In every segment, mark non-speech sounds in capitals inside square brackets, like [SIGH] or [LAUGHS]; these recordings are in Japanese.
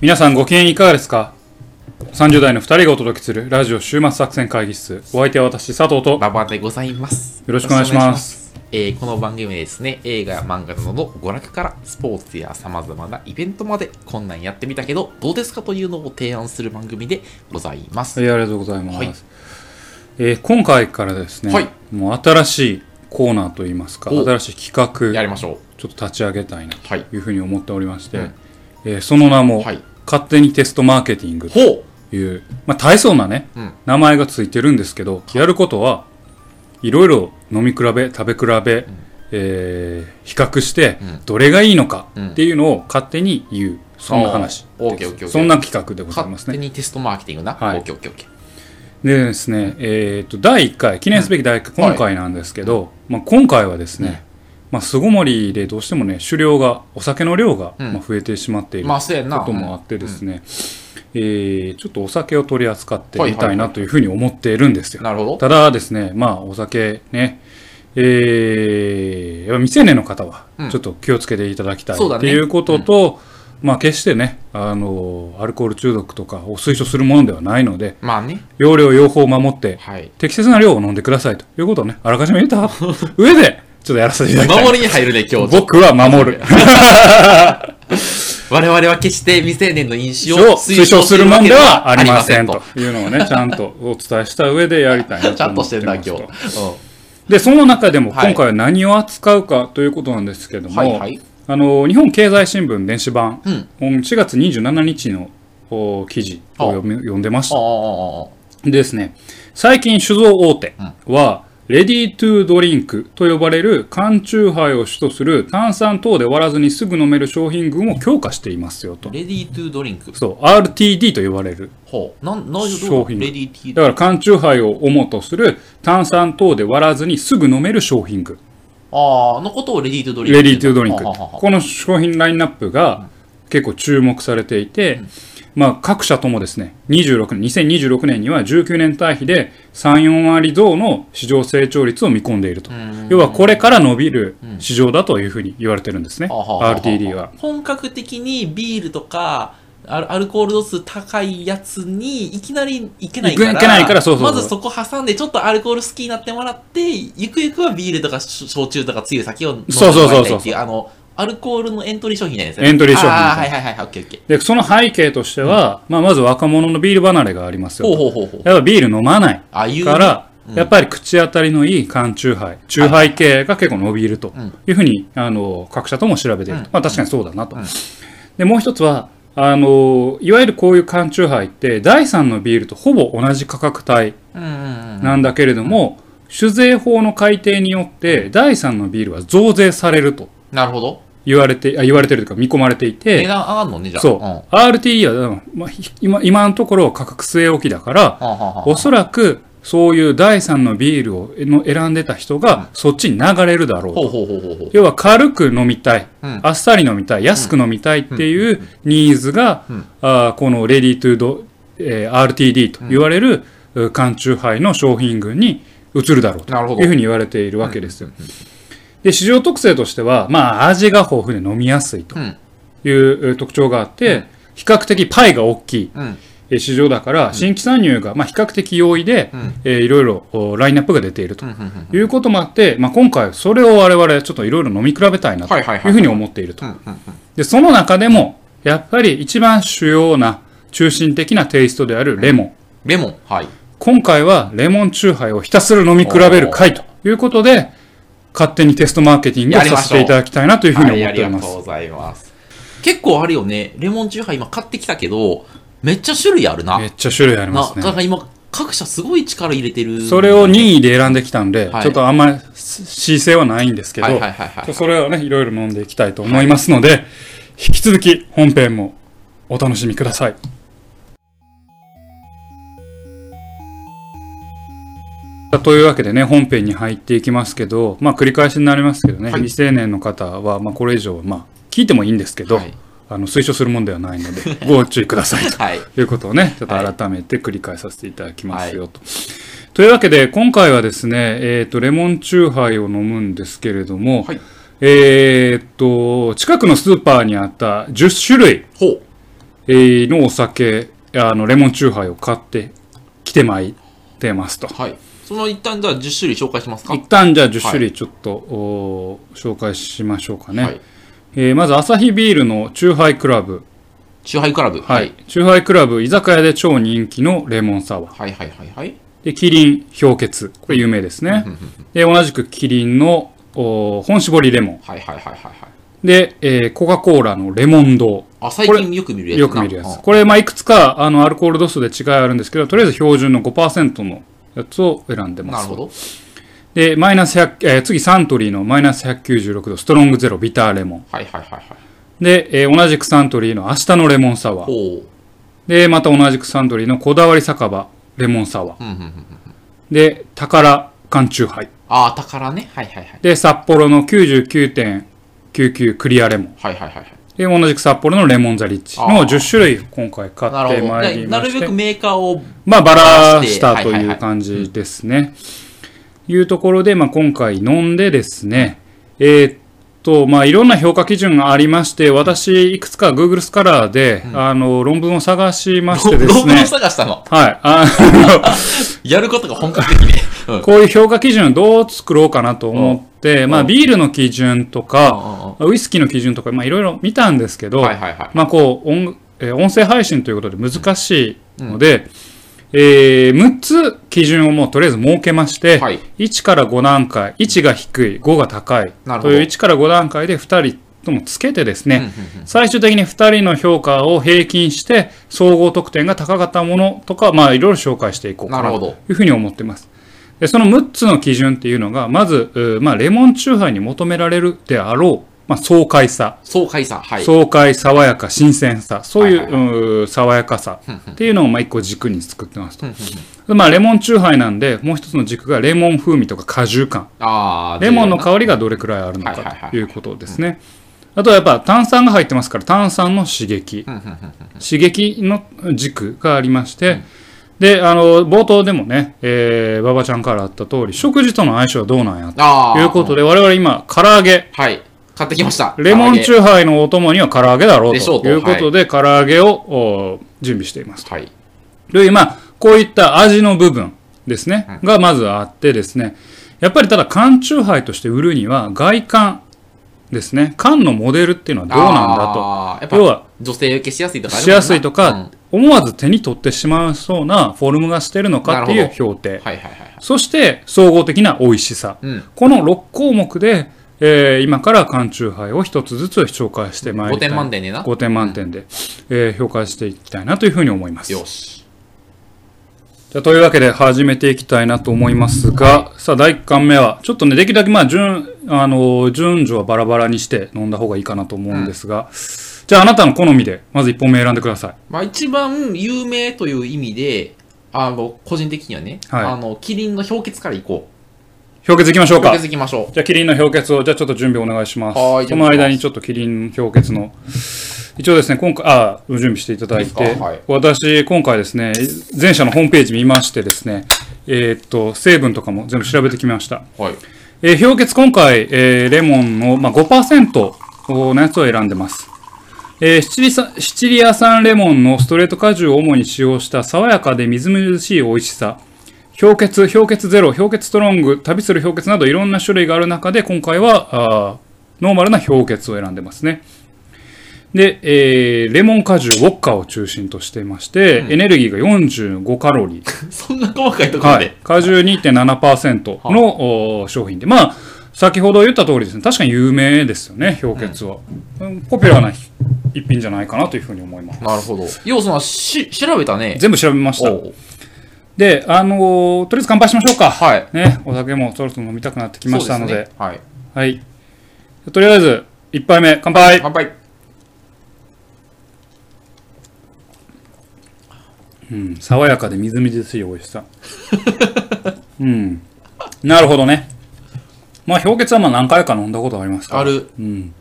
皆さんご機嫌いかがですか ?30 代の2人がお届けするラジオ週末作戦会議室。お相手は私、佐藤と、ババアでございます。よろしくお願いしますよろしくお願いします。えーこの番組はですね、映画、漫画などの娯楽からスポーツや様々なイベントまで、こんなんやってみたけど、どうですかというのを提案する番組でございます。はい、ありがとうございます。はいえー今回からですね、はいもう新しいコーナーといいますか、お新しい企や画、りましょちょっと立ち上げたいなう。はい。というふうに思っておりまして、うんえーその名も、はい勝手にテストマーケティングほうという、まあ、大層なね、うん名前がついてるんですけど、やることはいろいろ飲み比べ食べ比べ、えー比較してうんどれがいいのかうんっていうのを勝手に言う、そんな話あーオーケーオーケーオーケーそんな企画でございま勝す手ねにテストマーケティングな。はいオッケーオッケーオッケー。でですね、えー、と第1回記念すべき第1回、うん今回なんですけど、まあ、今回はですね、まあ、巣ごもりでどうしてもね酒量がお酒の量が、うんまあ、増えてしまっているまあ、そうやんな。こともあってですね、えーちょっとお酒を取り扱ってみはいたはいいはなというふうに思っているんですうんよ。なるほど。ただですね、まあお酒ね、えーやっぱ未成年の方はうんちょっと気をつけていただきたいそうだねっていうことと、まあ決してね、あの、アルコール中毒とかを推奨するものではないので、まあね。要領用法を守って、はい。適切な量を飲んでくださいということをね、あらかじめ言った上で、ちょっとやらせていただきたい。守りに入るね、今日。僕は守る。我々は決して未成年の飲酒をを推奨するもんではありませんありとまいうのをね、ちゃんとお伝えした上でやりたいせなんと。ちゃんとと思しっててんまだ、今す日。うんと。で、その中でも今はい回は何を扱うかということなんですけどはいもは、い。あの、日本経済新聞電子版、うん。 4月27日のお記事を読み読んでましあた。あああああ。でですね、最近酒造大手は、レディートゥードリンクと呼ばれる缶酎ハイを主とする炭酸等で割らずにすぐ飲める商品群を強化していますよと。レディートゥードリンク。そう、RTD と呼ばれるほう。なん、な商品レディーティーだから缶チューハイを主とする炭酸等で割らずにすぐ飲める商品群ああ、のことをレディートゥードリンク。レディートゥードリンクははははこの商品ラインナップが結構注目されていて、まあ、各社ともですね26年2026年には19年対比で34割増の市場成長率を見込んでいるとん要はこれから伸びる市場だというふうに言われてるんですねあははは RTD は。本格的にビールとか、アルアルコール度数高いやつに、いきなりいけないから。いけないからそうそうそうまずそこ挟んで、ちょっとアルコール好きになってもらって、ゆくゆくはビールとかし焼酎とか強い酒を飲んでもらいたいってそいうう、そうそうそうあの、アルコールのエントリー商品じゃないですか。エントリー商品ああ、はいはいはいはい、オッケーオッケー。でその背景としては、まあ、まず若者のビール離れがありますよほうとほうほうほう。やっぱビール飲まないああいうね。から、うんやっぱり口当たりのいい缶チューハイ、チューハイ系が結構伸びるとんいうふうに、あの、各社とも調べているとうんまあ確かにそうだなとうん。で、もう一つは、あの、いわゆるこういう缶チューハイって、第三のビールとほぼ同じ価格帯うんうんうん。なんだけれども、酒税法の改定によって、第三のビールは増税されるとなるほど。言われて、あ言われてるというか見込まれていて、値段上がるのね、じゃあ。そう、んは RTE は、うんまあ、ひ今今のところ価格据え置きだから、あはあはあおそらくそういう第三のビールをの選んでた人がそっちに流れるだろうほうと。ほうほうほうほう。要は軽く飲みたい、うんあっさり飲みたい、安く飲みたいっていうニーズが、うんあーこのレディートゥード、えー RTD と言われるう缶中杯の商品群に移るだろうとなるほいうふどう。に言われているわけですよ。で、市場特性としては、まあ味が豊富で飲みやすいとうん。いうう特徴があって、比較的パイが大きいうん。えー市場だから、新規参入がまあ比較的容易で、うん。えーいろいろおラインナップが出ているとうん。うん。いうこともあって、まあ、今回それを我々ちょっといろいろ飲み比べたいなとはいはいいはいうふうに思っていると。うん。うん。で、その中でも、やっぱり一番主要な中心的なテイストであるレモン。レモン。はい。今回はレモンチューハイをひたすら飲み比べる回ということで、勝手にテストマーケティングをさせていただきたいなというふうにはい、思あっておりりがまとうす。ございます。結構あるよね。レモンチューハイ今買ってきたけど、めっちゃ種類あるな。めっちゃ種類ありまなすだかね。ら今、各社すごい力入れてる。それを任意で選んできたんで、はいちょっとあんまり姿勢はないんですけど、はいはいはいはい。それをね、いろいろ飲んでいきたいと思いますので、引き続き本編もお楽しみください。さあというわけでね、本編に入っていきますけど、まあ繰り返しになりますけどね、はい未成年の方は、まあこれ以上、まあ聞いてもいいんですけど、はいあの推奨するもんではないので、ご注意くださいとはい。ということをね、ちょっと改めて繰り返させていただきますよと。というわけで、今回はですね、えっ、と、レモンチューハイを飲むんですけれども、はいえっと、近くのスーパーにあった10種類、ほう。えーのお酒、あの、レモンチューハイを買ってきてまいってますと。はい。その一旦じゃあ10種類紹介しますか。一旦じゃあ10種類ちょっと、お紹介しましょうかね。はい。えーまず、アサヒビールのチューハイクラブ。チューハイクラブ。はい。。チューハイクラブ、居酒屋で超人気のレモンサワー。はいはいはいはい。で、キリン氷結。これ有名ですね。で、同じくキリンのお本絞りレモン。はいはいはいはいはい。で、えーコカ・コーラのレモンドあ、最こ近よく見るやつなよく見るやつ。うこれ、まあ、いくつか、あの、アルコール度数で違いあるんですけど、とりあえず標準の5%のやつを選んでんまなるすほ。ど。で、マイナス100、えー次、サントリーのマイナス196度、ストロングゼロ、ビターレモン。はいはいはいはい。で、えー同じくサントリーの明日のレモンサワー。ほで、また同じくサントリーのこだわり酒場、レモンサワー。う。うんうんうん。で、宝缶チューハイ。あー、宝ね。はいはいはい。で、札幌の99.99クリアレモン。はいはいはいはい。で、同じく札幌のレモンザリッチあのー10種類今回買なってるほまど。いりでなまるしべてく。メーカーを、まあ、バラしたとはいはいいはうい感じですね。いうところで、まあ、今回飲んでですね、えーっと、まあ、いろんな評価基準がありまして、私、いくつか Google スカラーで、あの、論文を探しましてです論文ねを、探したの。はい。あやることが本格的 [LAUGHS] ね。うんの、こういう評価基準をどう作ろうかなと思って、まあ、ビールの基準とか、ウイスキーの基準とか、まあ、いろいろ見たんですけど、はいはいはい。まあ、こう音、えー音声配信ということで難しいので、え6つ基準をもうとりあえず設けまして、はい1から5段階、1が低い、5が高いなるほとどいう1から5段階で2人ともつけてですうんうね、んうん最終的に2人の評価を平均して、総合得点が高かったものとか、まあ、いろいろ紹介していこうかななるほとどいうふうに思っています。でその6つの基準っていうのが、まず、うーまあ、レモンチューハイに求められるであろう、まあ、爽快さ。爽快さ。はい。爽快、爽やか、新鮮さ、そういう,うはー、いは爽やかさっていうのをまあ一個軸に作ってますとうん。うんうんでまあ、レモンチューハイなんで、もう一つの軸がレモン風味とか果汁感。あーレモンの香りがどれくらいあるのはいはいはかいということですね。あとはやっぱ炭酸が入ってますから、炭酸の刺激。うんうんうん刺激の軸がありまして、で、あの、冒頭でもね、えー、馬場ちゃんからあった通り、食事との相性はどうなんやあとあ。いうことで、我々今、唐揚げ、はい。買ってきました。レモンュチューハイのお供には唐揚げだろうでしとょうということで、唐揚げをお準備しています。はい。という、まあ、こういった味の部分ですね、がまずあってですね、やっぱりただ缶チューハイとして売るには外観ですね、缶のモデルっていうのはどうなんだと。あーやっぱ要は、女性受けしやすいとかあるもしんなやすいとうんか、思わず手に取ってしまうそうなフォルムがしてるのかっていなうる評定。はいはいはい。そして、総合的な美味しさ。うん。この6項目で、えー今から缶チューハイを一つずつ紹介してまい5りたい点満点でな。 5点満点で、えー評価していきたいなというふうに思います。よし。じゃあというわけで始めていきたいなと思いますが、さあ第1巻目は、ちょっとね、できるだけまあ順、あのー、順序はバラバラにして飲んだ方がいいかなと思うんですが、じゃああなたの好みで、まず1本目選んでください。まあ一番有名という意味で、あの、個人的にはね、はいあの、キリンの氷結からいこ氷結いきましょう。うか氷。結いきましょじゃあキリンの氷結を、じゃあちょっと準備お願いします。はいその間にちょっとキリン氷結の、一応ですね、今回、あ、準備していただいいいでて、すかはい私、今回ですね、前者のホームページ見ましてですね、えーっと、成分とかも全部調べてきました。う。はい。 [LAUGHS] えー、氷結今回、えーレモンの、まあ、5%のやつを選んでます。えーシチリサシチリア産レモンのストレート果汁を主に使用した爽やかでみずみずしい美味しさ。氷結、氷結ゼロ、氷結ストロング、旅する氷結などいろんな種類がある中で今回はあーノーマルな氷結を選んでますね。で、えーレモン果汁、ウォッカを中心としていまして、エネルギーが45カロリー。そんな細かいところはで。い、果汁2.7%の、お商品で、まあ、先ほど言った通りですね、確かに有名ですよね、氷結は。うんポピュラーなひ一品じゃないかなというふうに思います。なるほど。要素はし、調べたね。全部調べました。おうで、あのーとりあえず乾杯しましょうか。はい。ね、お酒もそろそろ飲みたくなってきましたので、そうすねはい。はい。とりあえず、一杯目、乾杯。乾杯。うん、爽やかでみずみずしい美味しさ。 [LAUGHS] うん。なるほどね。まあ、氷結はまあ何回か飲んだことありますからあ。る。うん。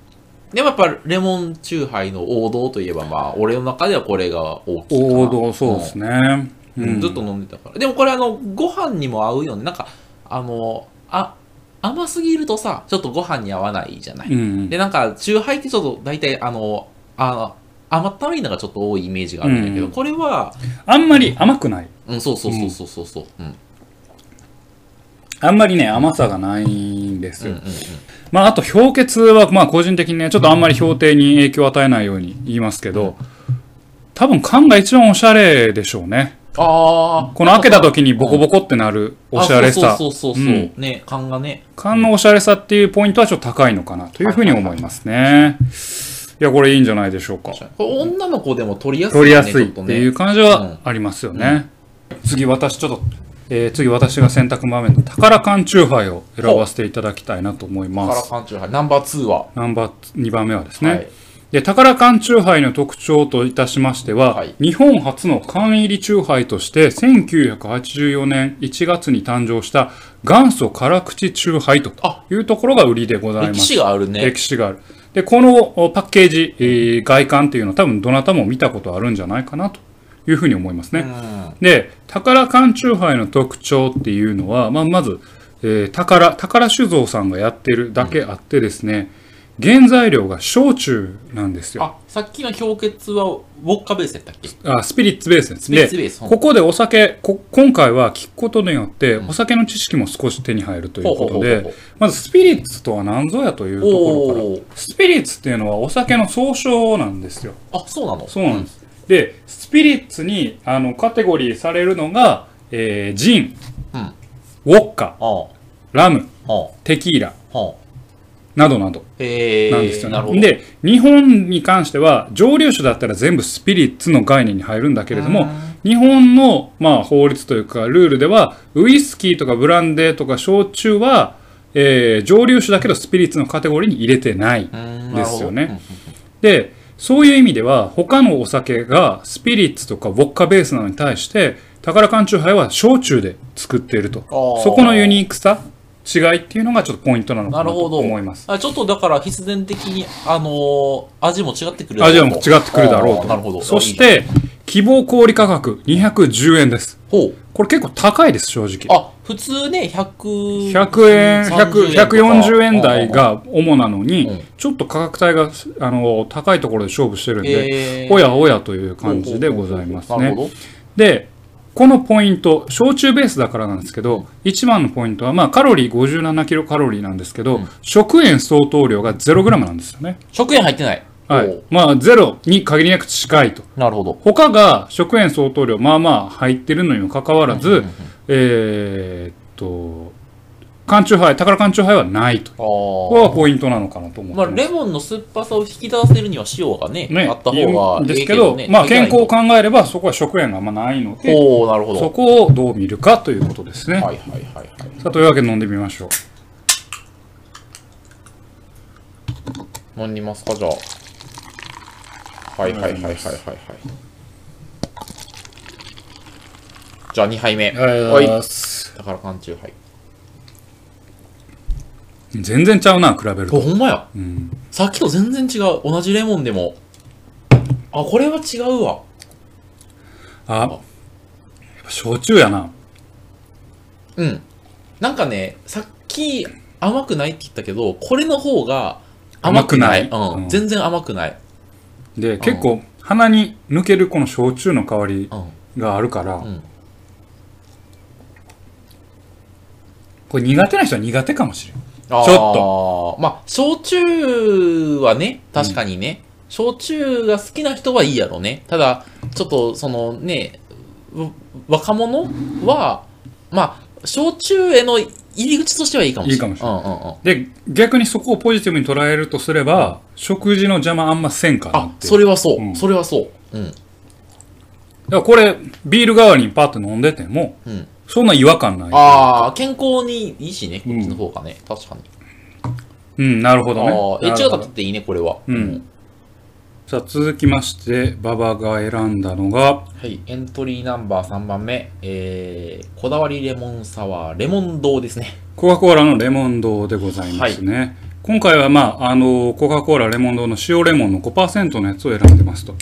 でもやっぱレモンチューハイの王道といえばまあ、俺の中ではこれが大きいかな。王道、そうですね。う。うんんずっと飲んでたから。でもこれあの、ご飯にも合うよね。なんか、あの、あ、甘すぎるとさ、ちょっとご飯に合わないじゃない。うん。で、なんか、チューハイってちょっと大体あの、あの、甘ったるいのがちょっと多いイメージがあるんだけど、うんこれは、あんまり甘くない。うん、そうそうそうそうそうそう、うん、あんまりね、甘さがないんですうんよ。うんうんまあ、あと、氷結は、まあ、個人的にね、ちょっとあんまり氷定に影響を与えないように言いますけど、多分缶が一番おしゃれでしょうね。ああこの開けた時にボコボコってなるおしゃれさ。そうそうそうそう、うんね勘がね缶のおしゃれさっていうポイントはちょっと高いのかなというふうに思いますね。いや、これいいんじゃないでしょうか。これ女の子でも取りやすい、ね、取りやすちいょっとてねいう感じはありますよね。次、私ちょっと、えー次私が選択場面の宝缶チューハイを選ばせていただきたいなと思いカまラす。カンチューハイナンバー2は、ナンバー2番目はですね。はいで、宝缶チューハイの特徴といたしましては、はい日本初の缶入りチューハイとして、1984年1月に誕生した元祖辛口チューハイとあいうところが売りでございま歴す。史があるね歴史がある。で、このおパッケージ、えー外観っていうのは多分どなたも見たことあるんじゃないかなというふうに思いますね。うんで、宝缶チューハイの特徴っていうのは、まあ、まず、えー宝、宝酒造さんがやってるだけあってですね、原材料が焼酎なんですよ。あさっきの氷結はウォッカベースやったっけあスピリッツベースですピリッツベでースうんここでお酒こ今回は聞くことによってお酒の知識も少し手に入るということほうほうほうほでうまずスピリッツとは何ぞやというところおかーらスピリッツっていうのはお酒の総称なんですよあそうなのそうなんです、でスピリッツにあのカテゴリーされるのが、えージンうんあウォッカあラムあテキーラああなどなどへえなんですよなるほね。どで、日本に関しては、蒸留酒だったら全部スピリッツの概念に入るんだけれどうもん、日本の、まあ、法律というか、ルールでは、ウイスキーとかブランデーとか焼酎は、えー蒸留酒だけどスピリッツのカテゴリーに入れてない。うんですよねなるほどで、そういう意味では、他のお酒がスピリッツとかウォッカベースなのに対して、宝缶酎ハイは焼酎で作っているとあー。そこのユニークさ、違いっていうのがちょっとポイントなのなかなるとほど。思います。あちょっとだから必然的に、あのー味も違ってくるだろう味とはもう違ってくるだろうあと。ーなるほど。そしいいて、希望小売価格210円です。ほう。これ結構高いです、正直。あ、普通ね、100 100円、100 140円台。 30とかが主なのうにん、ちょっと価格帯があの高いところで勝負してるんへで、ーおやおやという感じでございますなるね。ほど。で、このポイント、焼酎ベースだからなんですけど、一番のポイントは、まあ、カロリー57キロカロリーなんですけど、食塩相当量が0グラムなんですよね。食塩入ってない。はほ。。いうまあ、ゼロに限りなく近いと。なるほど。他が食塩相当量まあまあ入ってるのにもかかわらず、えーっと缶中杯宝缶中杯はないとあここーがポイントなのかなと思まあ、ってます、レモンの酸っぱさを引き出せるには塩がね、あったいい方がんですいいけけどど、ね。まあ、健康をか。考えればそこは食塩があんまないのでおおなるほど。そこをどう見るかということですね、はいはいはいはい。さあというわけで飲んでみましょう飲みますかじゃあはいはいはいはいはいはいじゃあ2杯目はいす宝缶中杯全然ちゃうな比べるおと、ほんまやうん、さっきと全然違う同じレモンでもあこれは違うわあやっぱ焼酎やなうんなんかねさっき甘くないって言ったけどこれの方が甘くない甘くないうんうん全然甘くない、で結構鼻に抜けるこの焼酎の香りうん、があるから、んこれ苦手な人は苦手かもしれんちょっとまあ焼酎はね確かにね、焼酎が好きな人はいいやろねただちょっとそのねわ若者はまあ焼酎への入り口としてはいいかもしれないいいかもしれない、うんうんうん、で逆にそこをポジティブに捉えるとすれば食事の邪魔あんませんかなあっていうそれはそう、うんそれはそううだんからこれビール代わりにパッと飲んでてもうんそんな違和感ないああ健康にいいしねこっちの方がね、確かにうんなるほどねああエなチるュほーどだっていいねこれはうんさあ続きまして馬場が選んだのがはい、エントリーナンバー3番目、えー、こだわりレモンサワー、レモン堂ですね。コカ・コーラのレモン堂でございますね、今回は、まあ、あのコカ・コーラレモン堂の塩レモンの5%のやつを選んでますと、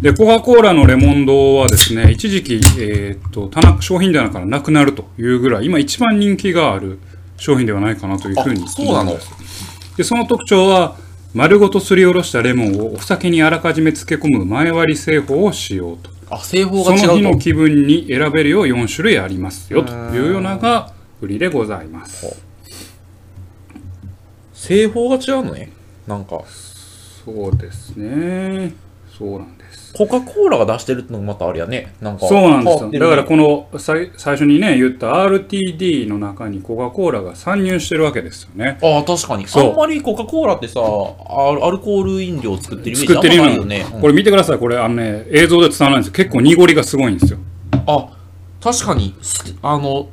でコカ・コーラのレモン堂はですね一時期、えーっと棚商品棚からなくなるというぐらい今一番人気がある商品ではないかなというふうにあそうなの思いますでその特徴は丸ごとすりおろしたレモンをお酒にあらかじめ漬け込む前割り製法を使用とあ、製法そが違うと。の日の気分に選べるよう4種類ありますよというようなが売りでございます製法が違うのね。なんか、そうですねそうなんですコカ・コーラが出してるってのがまたあれやね。なんか、そうなんです変わっよてだるねからこのさい最初にね言った RTD の中にコカ・コーラが参入してるわけですよねああ、確かに。そうあんまりコカ・コーラってさ、アルアルコール飲料を作ってるイメージ作ってるあんよまうないなよね。うんこれ見てくださいこれあのね映像では伝わらないんですよ結構濁りがすごいんですよあ、確かに、すあの、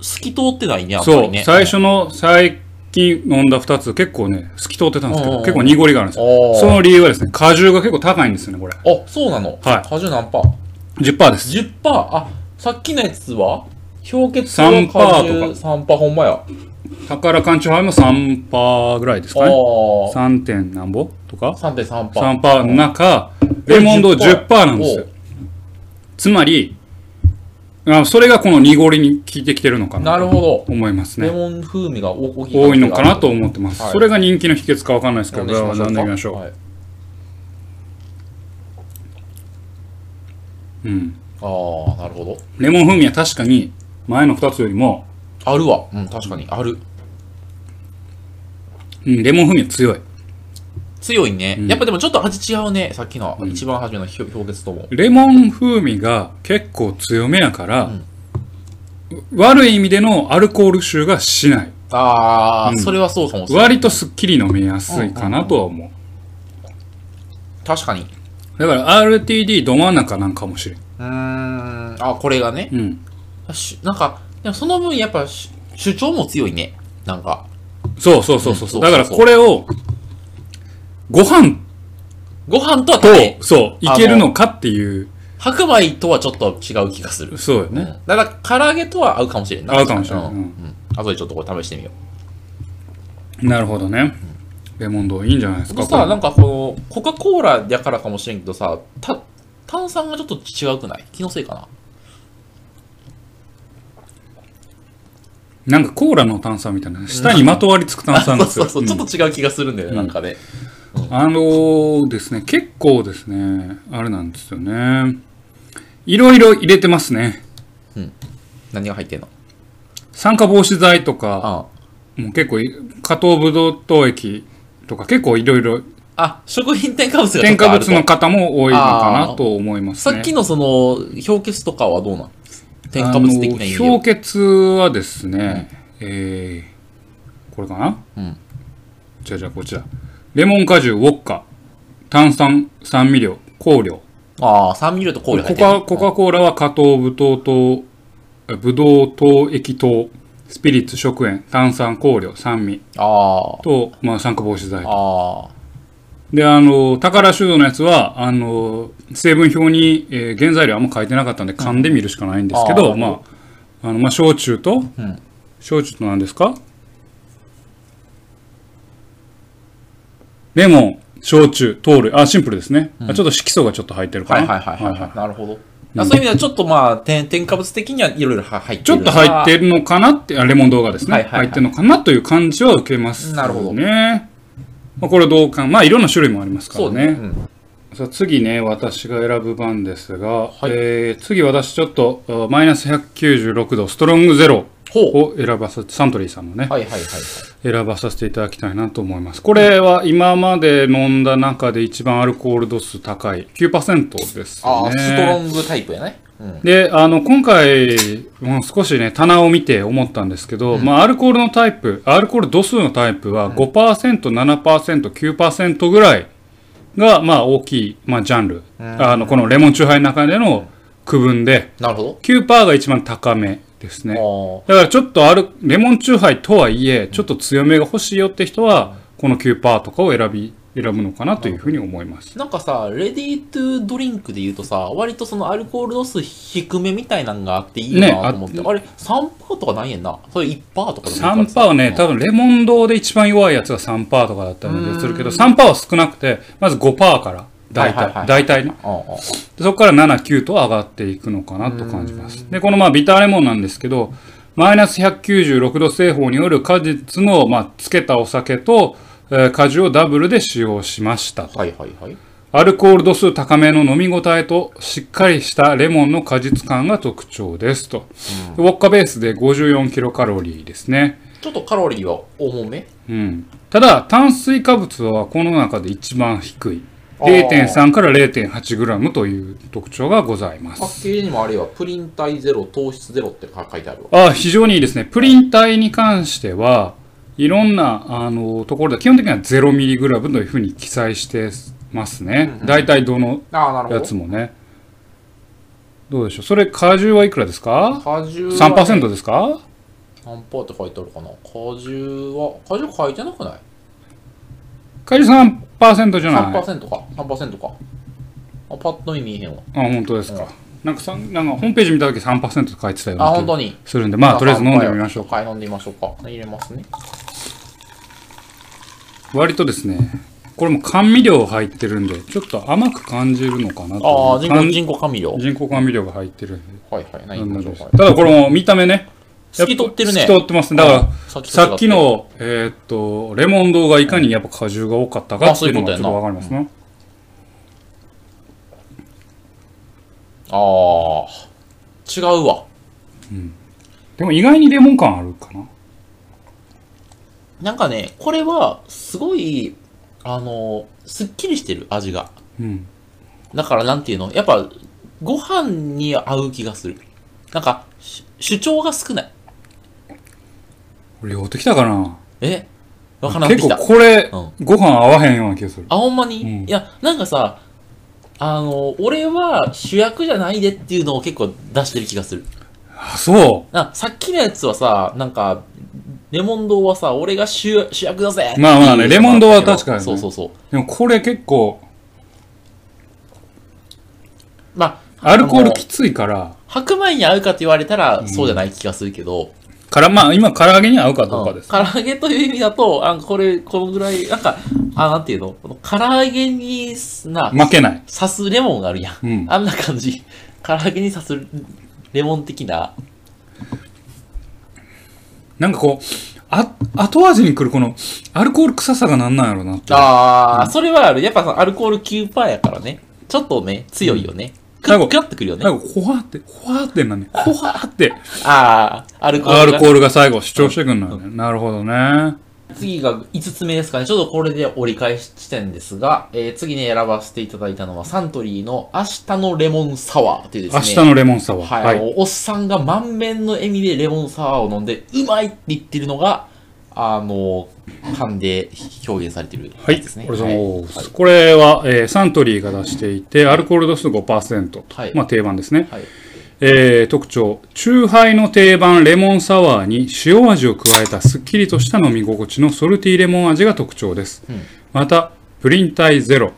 透き通ってないね、あんまそりうね。最初の最近飲んだ2つ結構ね透き通ってたんですけうんどうん結構濁りがあるんですよあその理由はですね果汁が結構高いんですよねこれあ、そうなの。はい果汁何パー10%です ?10 パー。あ、さっきのやつは氷結は3%果汁3パーほんまや。宝缶チューハイも3%ぐらいですあかねあ。 3. 点何ぼとか3.3パー。 3%の中レモンド10%なんですよおつまりあそれがこの濁りに効いてきてるのかななるとほど。思いますレねモン風味が多い多いのかなと思ってます、はいそれが人気の秘訣かわかんないですけ飲どん飲でみましょうかんでみましょう、はいうん、ああ、なるほど。レモン風味は確かに前の2つよりも、あるわ。うん、確かに。ある。うん、レモン風味は強い強いね。うんやっぱでもちょっと味違うね。さっきの、うん一番初めの氷氷結とも。レモン風味が結構強めやから、悪い意味でのアルコール臭がしないああ、うんそれはそうかもしれない。割とすっきり飲みやすいかなとは思う確かに。だから RTD ど真ん中なんかもしれん、うーん。あ、これがね。うん、しなんか、でもその分やっぱし主張も強いね。なんか。そうそうそうそうそううんだからこれをご飯ご飯とはとね、そういけるのかっていう白米とはちょっと違う気がする。そうようね、ん、だから、唐揚げとは合うかもしれない。合うかもしれないうん。うん後でちょっとこれ試してみよなるほどねレモンドいいんじゃないでう。すかこのさ、こなんかこの、コカ・コーラやからかもしれんけどさ、た、炭酸がちょっと違うくない気のせいかな。れなんかコーラの炭酸みたいな下にまとわりつく炭酸そでうすそよう [LAUGHS] そう、うんちょっと違う気がするんだようね、んなんかね。あのーですね、結構ですね、あれなんですよね。いろいろ入れてますね。何が入ってんの酸化防止剤とか、あもう結構い、加糖ブドウ糖液とか結構いろいろ、ああ、食品添加物がちょ添っと加あると物の方も多いのかなと思いますさね。っきのその、氷結とかはどうなん添加物的な意味あので氷結はですね、えー、これかなうん。じゃあじゃあこちら。レモン果汁、ウォッカ、炭酸、酸味料、香料。ああ、酸味料と香料コ入ってるカコカ・コーラは加糖、ブドウ糖、えブドウ糖液糖、スピリッツ、食塩、炭酸、香料、酸味ああ。と、まあ、酸化防止剤。ああ。で、あの、宝酒造のやつは、あの、成分表に、えー原材料あんま書いてなかったんで、噛んでみるしかないんですけど、あーまあ、あの、まあ、焼酎と、うん焼酎と何ですかレモン、焼酎、糖類、あ、シンプルですね。あちょっと色素がちょっと入ってるかはいな。はいはいはいはい。なるほど。あそういう意味ではちょっとまあ、添添加物的にはいろいろは入ってる。ちょっと入ってるのかなって、あレモン動画ですね。はいはいはい入ってるのかなという感じは受けます、なるほどね。まあ、これ同感。まあ、いろんな種類もありますからそうね。ね。うんさあ次ね、私が選ぶ番ですが、いえー次私ちょっと、あマイナス196度、ストロングゼロほを選ばさサントリーさんのね、う。はいはいはいはい。選ばさせていただきたいなと思います。これは今まで飲んだ中で一番アルコール度数高い9%ですね。ああ、ストロングタイプやね。うん。であの今回もう少しね棚を見て思ったんですけど、まあ、アルコールのタイプアルコール度数のタイプは 5%7%9% ぐらいが、まあ、大きい、まあ、ジャンル、あのこのレモンチューハイの中での区分でなるほ9%が一番高めですねど。だからちょっとあるレモンチューハイとはいえちょっと強めが欲しいよって人はこの9%とかを選び選ぶのかなというふうに思いますああ。なんかさ、レディートゥドリンクで言うとさ、割とそのアルコール度数低めみたいなのがあっていいよねなと思って、ああれ、3%とかないやんな。それ1%とかでもいいから3%さはね、多分レモン堂で一番弱いやつが3%とかだったりするけど、3%は少なくて、まず5%から、大はいはいはい体、大体ね。ああああでそこから7、9と上がっていくのかなと感じます。で、このまあビターレモンなんですけど、マイナス196度製法による果実の、まあ、漬けたお酒と、えー果汁をダブルで使用しましたと。はいはいはい。アルコール度数高めの飲み応えとしっかりしたレモンの果実感が特徴ですと。ウォッカベースで54キロカロリーですね。ちょっとカロリーは重めうん、ただ炭水化物はこの中で一番低いあー0.3から0.8グラムという特徴がございまパッすケージにもあればプリン体ゼロ、糖質ゼロって書いてあるわ。あー非常にいいですねプリン体に関してはいろんなあのところで基本的には0ミリグラムというふうに記載してますね、うんうん大体どのああ、なるやほつもねどうでしょうそれ果汁はいくらですかど。果汁はね ?3% ですか何パーって書いてあるかな果汁は、果汁書いてなくない果汁3%じゃない ?3% か。3%か。あ、パッとに見えへんわ。あ本当ですか、なんかさんなんかホームページ見た時3%って書いてたような気があ、本当に。するんで、まあ、とりあえず飲んでみましょうか。か。はい、飲んでみましょうか。入れますね。割とですね、これも甘味料入ってるんで、ちょっと甘く感じるのかなと。ああ、人甘工、人工甘味料。人工甘味料が入ってるんで。はいはい、何な飲んみなまんしょでうすか。ただこれも見た目ね。透き通ってるね。透き通ってますね。だから、さっきと違ってさっき、の、えーっと、レモン堂がいかにやっぱ果汁が多かったかあってそういいううのこがちょとやっなとわかりますね。ああ、違うわ。でも意外にレモン感あるかな。なんかね、これは、すごい、あの、すっきりしてる、味が。うん。だから、なんていうのやっぱ、ご飯に合う気がする。なんか、し主張が少ない。これ酔ってきたかなえわからんって結きた構。これ、うご飯合わへんような気がする。あ、ほんまに、うんいや、なんかさ、あの、俺は主役じゃないでっていうのを結構出してる気がする。あ、そなさっきのやつはさ、なんか、レモン堂はさ、俺が主主役だぜまあまあねっていレうモン堂は確かにねそうそうそう。う。でもこれ結構、まあ、アルコーあルのきついから、白米に合うかって言われたら、そうじゃない気がするけど、から、まあ今、唐揚げに合うかどうかうんです。唐揚げという意味だと、あこれ、このぐらい、なんか、あ、なんていうのこの唐揚げにな、負けない。刺すレモンがあるやん。うんあんな感じ。唐揚げに刺すレモン的な。なんかこう、あ、後味に来るこの、アルコール臭さがなんなんやろうなって。ああ、それはある。やっぱさ、アルコール9%やからね。ちょっとね、強いよね。クなんラかックラッとくるよねな。んか、ほわって、ほわってなんね。ほわって、ああ、アルコーアルルが。コールが最後主張してくんのよね。なるほどね。次が5つ目ですかね。ちょっとこれで折り返し地点ですが、えー次に選ばせていただいたのはサントリーの明日のレモンサワーというです明ね。日のレモンサワはい、ー。はあい。のおっさんが満面の笑みでレモンサワーを飲んで、うまいって言ってるのが、あの、勘で表現されてるやつはい。ですね。お疲れ様ですはいこれは、えーサントリーが出していて、アルコール度数5%。はいまあ、定番ですね。はい。えー特徴、酎ハイの定番レモンサワーに塩味を加えたすっきりとした飲み心地のソルティレモン味が特徴です。うんまた、プリン体ゼロ、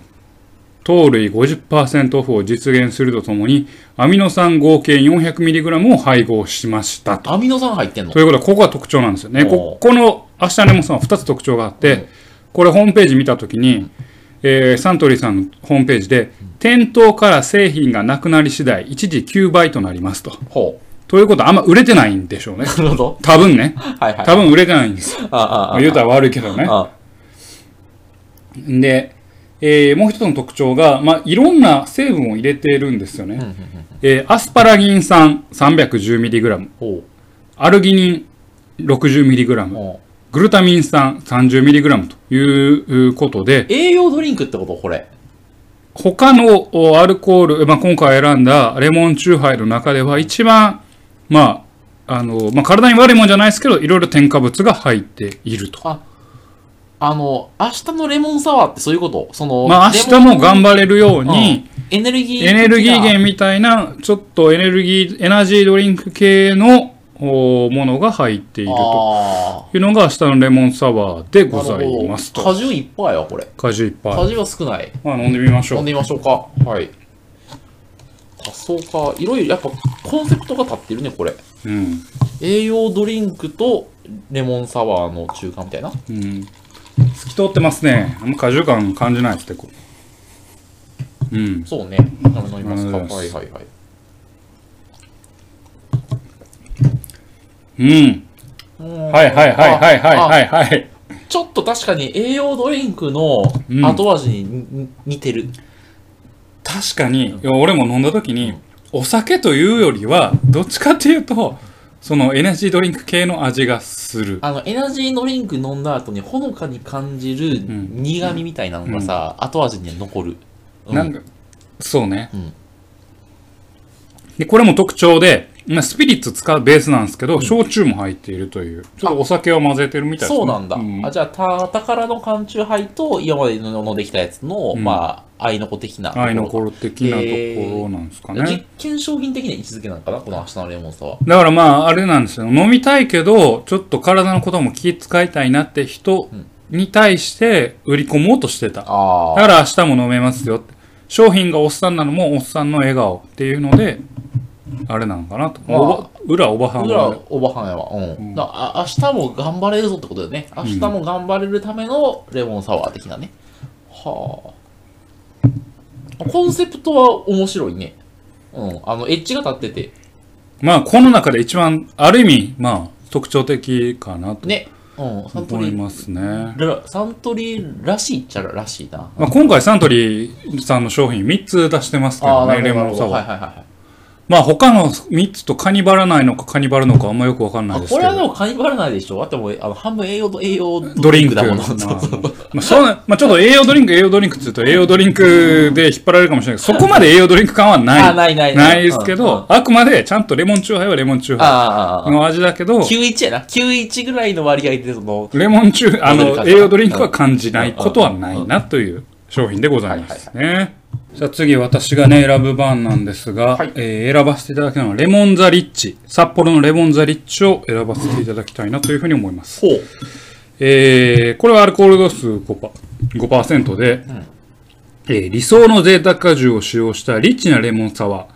糖類50%オフを実現するとともに、アミノ酸合計 400mg を配合しましたと。アミノ酸入ってんのということは、ここが特徴なんですよね。こおこの明日のレモンさんは2つ特徴があって、うんこれホームページ見たときに、えーサントリーさんのホームページで、店頭から製品がなくなり次第、一時9倍となりますと。ほということはあんま売れてないんでしょうね。う。なるほど。多分ね。はいはい。多分売れてないんですよ。ああ、ああ、言うたら悪いけどね。あで、えーもう一つの特徴が、まあ、いろんな成分を入れてるんですよね。うんうんうん。えーアスパラギン酸 310mg、ほアルギニンう 60mg、ほう。グルタミン酸 30mg ということで、栄養ドリンクってことこれ。他のおアルコール、まあ、今回選んだレモンチューハイの中では一番、まあ、あの、まあ、体に悪いもんじゃないですけど、いろいろ添加物が入っていると。あの、明日のレモンサワーってそういうことその、まあレ明モ日ンも頑張れるように、うんエネルギー的なエネルギー源みたいな、ちょっとエネルギー、エナジードリンク系のおものが入っているとあいうのが明日のレモンサワーでーございますなるほと。ど果汁いっぱいや、これ。果汁いっぱ果い。汁は少ない。まあ飲んでみましょ飲んう。でみましょうか。はい。あ、そうか。いろいろ、やっぱコンセプトが立ってるね、これ。うん。栄養ドリンクとレモンサワーの中間みたいな。うん。透き通ってますね。あんま果汁感感じないですね、これうん。そうね。飲みますか。ありがとうごはざいまいすはいはい。うん。はいはいはいはいはいい。はいはい。ちょっと確かに栄養ドリンクのうん後味にに似てる。確かに、いや俺も飲んだ時に、お酒というよりは、どっちかっていうと、そのエナジードリンク系の味がする。あの、エナジードリンク飲んだ後にほのかに感じるん苦味みたいなのがさ、後味に残る。うなんか、そうね。うんで、これも特徴で、まあ、スピリッツ使うベースなんですけど、焼酎も入っているという、ちょっとお酒を混ぜてるみたいですねそうなんだ。あじゃあ、た宝の缶中杯と今まで飲んできたやつの、うんまあ、愛の子的なところ。愛の頃的なところなんですかね。実験商品的な位置づけなのかなこの明日のレモンサワー。だからまあ、あれなんですよ。飲みたいけど、ちょっと体のことも気遣いたいなって人に対して売り込もうとしてた。だあから明日も飲めますよって。商品がおっさんなのもおっさんの笑顔っていうので、あれなのかなと。まあおば裏おばはん僕らははおばはんやわ。うん。だからあ明日も頑張れるぞってことだよね。明日も頑張れるためのレモンサワー的なね。はあ。コンセプトは面白いね。うん。あの、エッジが立ってて。まあ、この中で一番、ある意味、まあ、特徴的かなとね。うん。サント思いリーますね。ら、サントリーらしいっちゃらしいな。まあ、今回サントリーさんの商品3つ出してますけああ、どなね、るレほモどなるンほサど。ワはーい。はいはいはい。まあ他の3つとカニバラないのかカニバラのかあんまよくわかんないあですけこど。れはでもカニバラないでしょだってもう、あの、半分栄養と栄養ドリンクだもん。まそうそうそうあまあ [LAUGHS] そうなまあちょっと栄養ドリンク、栄養ドリンクって言うと栄養ドリンクで引っ張られるかもしれないけど、そこまで栄養ドリンク感はない。あないないなないいですけうんうんど、あくまでちゃんとレモンチューハイはレモンチューハああイの味だけど、 91やな。91ぐらいの割合で、その、レモンチュー、あ飲んでるの、感じ栄養ドリンクは感じないことはないなという商品でございますね。さあ次、私がね、選ぶ番なんですが、はいえー選ばせていただくのは、レモンザリッチ。札幌のレモンザリッチを選ばせていただきたいなというふうに思います。ほう。えーこれはアルコール度数 5%, パ5%で、えー理想の贅沢果汁を使用したリッチなレモンサワ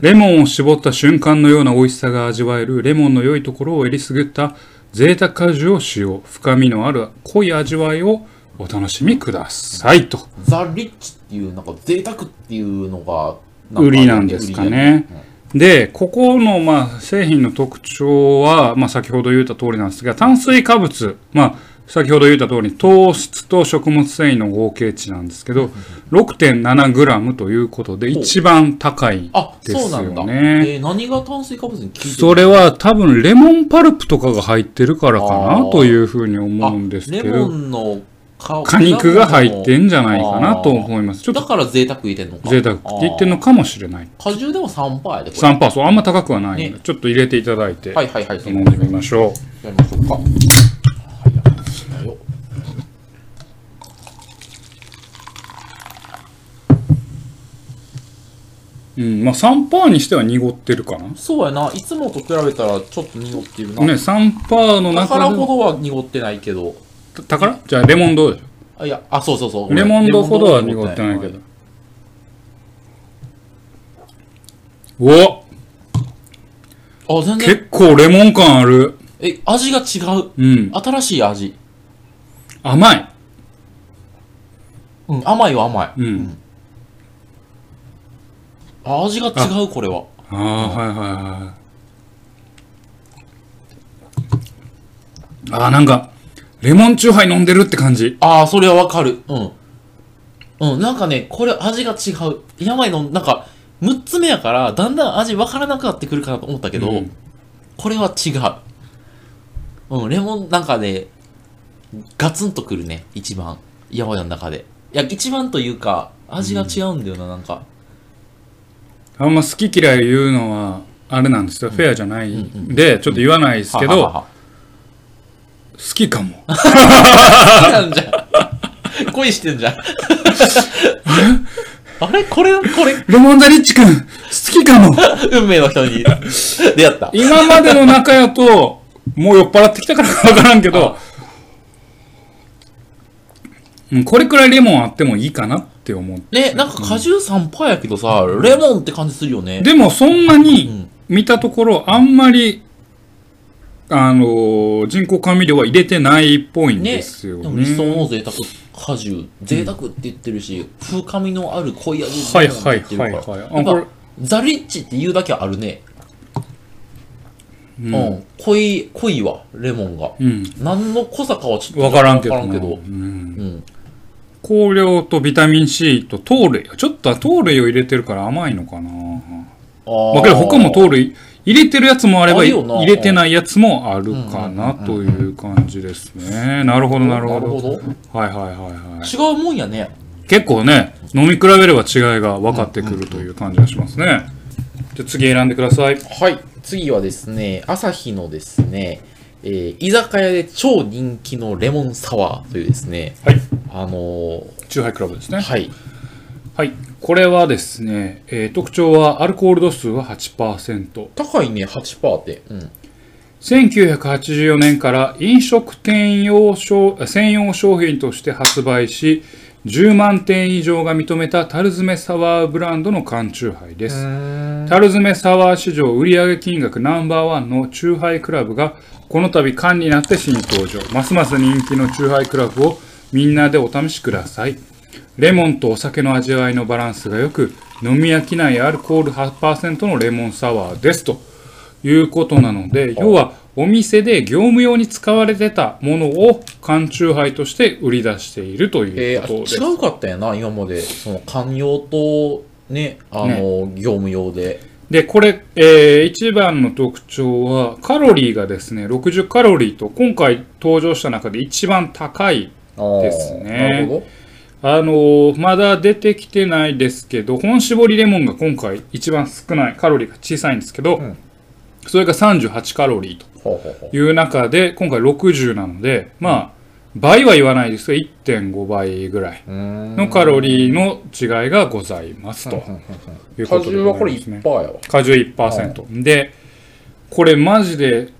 ー、レモンを絞った瞬間のような美味しさが味わえるレモンの良いところをえりすぐった贅沢果汁を使用深みのある濃い味わいをお楽しみくださいとザ・リッチっていう、なんか贅沢っていうのが、売りなんですかね。で、ここの、まあ、製品の特徴は、まあ、先ほど言った通りなんですが、炭水化物、まあ、先ほど言った通り、糖質と食物繊維の合計値なんですけど、6.7g ということで、ほう一番高いあ、ですそうなんよだ。ね。えー何が炭水化物に効いてるそれは多分、レモンパルプとかが入ってるからかあなーというふうに思うんですけあレモど、ンの果果肉が入ってんじゃないかなと思います。ちょっだとから贅沢入れてんのか。贅沢って言ってんのかもしれない。あー。果汁でも3%やで、これ。 3%そうあんま高くはないので、ねちょっと入れていただいてはいはいはい。飲んでみましょやりましょうか。はい、やりましょうよ。う、うんまあ、3%にしては濁ってるかなねそうやな。いつもと比べたらちょっと濁ってるな。 3%のだから中ほでどは濁ってないけど。宝じゃあレモンどうでしょあ、いや、あ、そうそうそう。うレモンドほどは濁ってないけど。おあ、全然。結構レモン感あるえ、味が違う。うん新しい味。甘いうん、甘いは甘い。うん、あ味が違う、これは。ああはいはいはいあーなんかレモンチューハイ飲んでるって感じああ、それはわかる。うん。うん、なんかね、これ味が違う。やばいの、なんか、6つ目やから、だんだん味わからなくなってくるかなと思ったけど、うんこれは違う。うん、レモン、なんかね、ガツンとくるね、一番。やばいの中で。いや、一番というか、味が違うんだよな、なんか。あんま好き嫌い言うのはあれなんですよ、フェアじゃない、でちょっと言わないですけど、はははは好きかも好きなんじゃ [LAUGHS] ん。恋してんじゃん。 [LAUGHS] あれこれ、これ、レモンザリッチ君好きか [LAUGHS] も運命の人に出会った。今までの中やともう酔っ払ってきたからかわからんけどうんこれくらいレモンあってもいいかなって思うね、なんか果汁3%やけどさ、レモンって感じするよね。でもそんなうんに見たところあんまりあのー人工甘味料は入れてないっぽいんね、ですよでねも理想の贅沢果汁、贅沢って言ってるし、風味のある濃い味ってはい言ってはいるかはいら。はいあやっこれぱザリッチって言うだけあるね。う。うんん。濃い、濃いわ、レモンが。うん。何の濃さかはちょっとわからんけど。わからんけどう。ん。うん。香料とビタミン C と糖類。ちょっと糖類を入れてるから甘いのかな。あーまあ、けど他も糖類、入れてるやつもあれば、あるよな入れてないやつもあるかなうんという感じですね。なるほど、なるほど。はいはいはいはい。違うもんやね。結構ね、飲み比べれば違いが分かってくるという感じがしますね。じゃあ次選んでください。はい。次はですね、朝日のですね、えー居酒屋で超人気のレモンサワーというですね、はい。あのーチューハイクラブですね。はい。はい。これはですね、えー特徴はアルコール度数は8%。高いね、8%って。うん。 1984年から飲食店用商専用商品として発売し、10万点以上が認めた樽詰めサワーブランドの缶チューハイです。樽詰めサワー市場売上金額ナンバーワンのチューハイクラブがこの度缶になって新登場。ますます人気のチューハイクラブをみんなでお試しください。レモンとお酒の味わいのバランスが良く、飲み飽きないアルコール8%のレモンサワーですということなので、要はお店で業務用に使われてたものを缶チューハイとして売り出しているといえうーこあとです。違うかったんやな、今まで。その、寛容と、ね、あのー業務用で。で、これ、えー一番の特徴は、カロリーがですね、60カロリーと、今回登場した中で一番高い。でですねなるほあのーまだ出てきてないですけど、本搾りレモンが今回一番少ない、カロリーが小さいんですけど、うんそれが38カロリーとど。ほうほうほういう中で、今回60なので、まあ、倍は言わないですが、1.5倍ぐらいうーん。のカロリーの違いがございますということで果汁ごはざこれいますね1%。やわ。果汁1%でこれマジで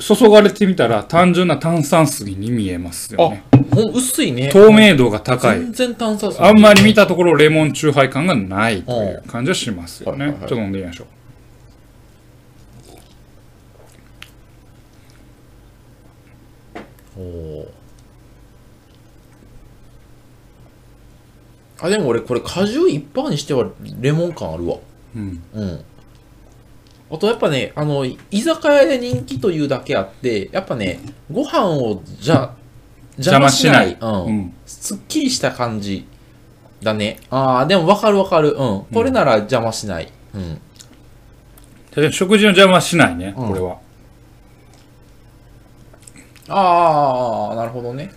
注がれてみたら単純な炭酸水に見えますよねあ、ほん薄いね。透明度が高い全然炭酸水。あんまり見たところレモンチューハイ感がないという感じはしますよはねちいはいょはっいと飲んでみましょうおーあ、でも俺これ果汁一般にしてはレモン感あるわ。うんうん。あとやっぱね、あの、居酒屋で人気というだけあって、やっぱね、ご飯をじゃ、邪魔しないうん。うんすっきりした感じだね。ああ、でもわかるわかる。うん。これなら邪魔しない。うん。確かに食事の邪魔はしないねうんこれはああ、なるほどね。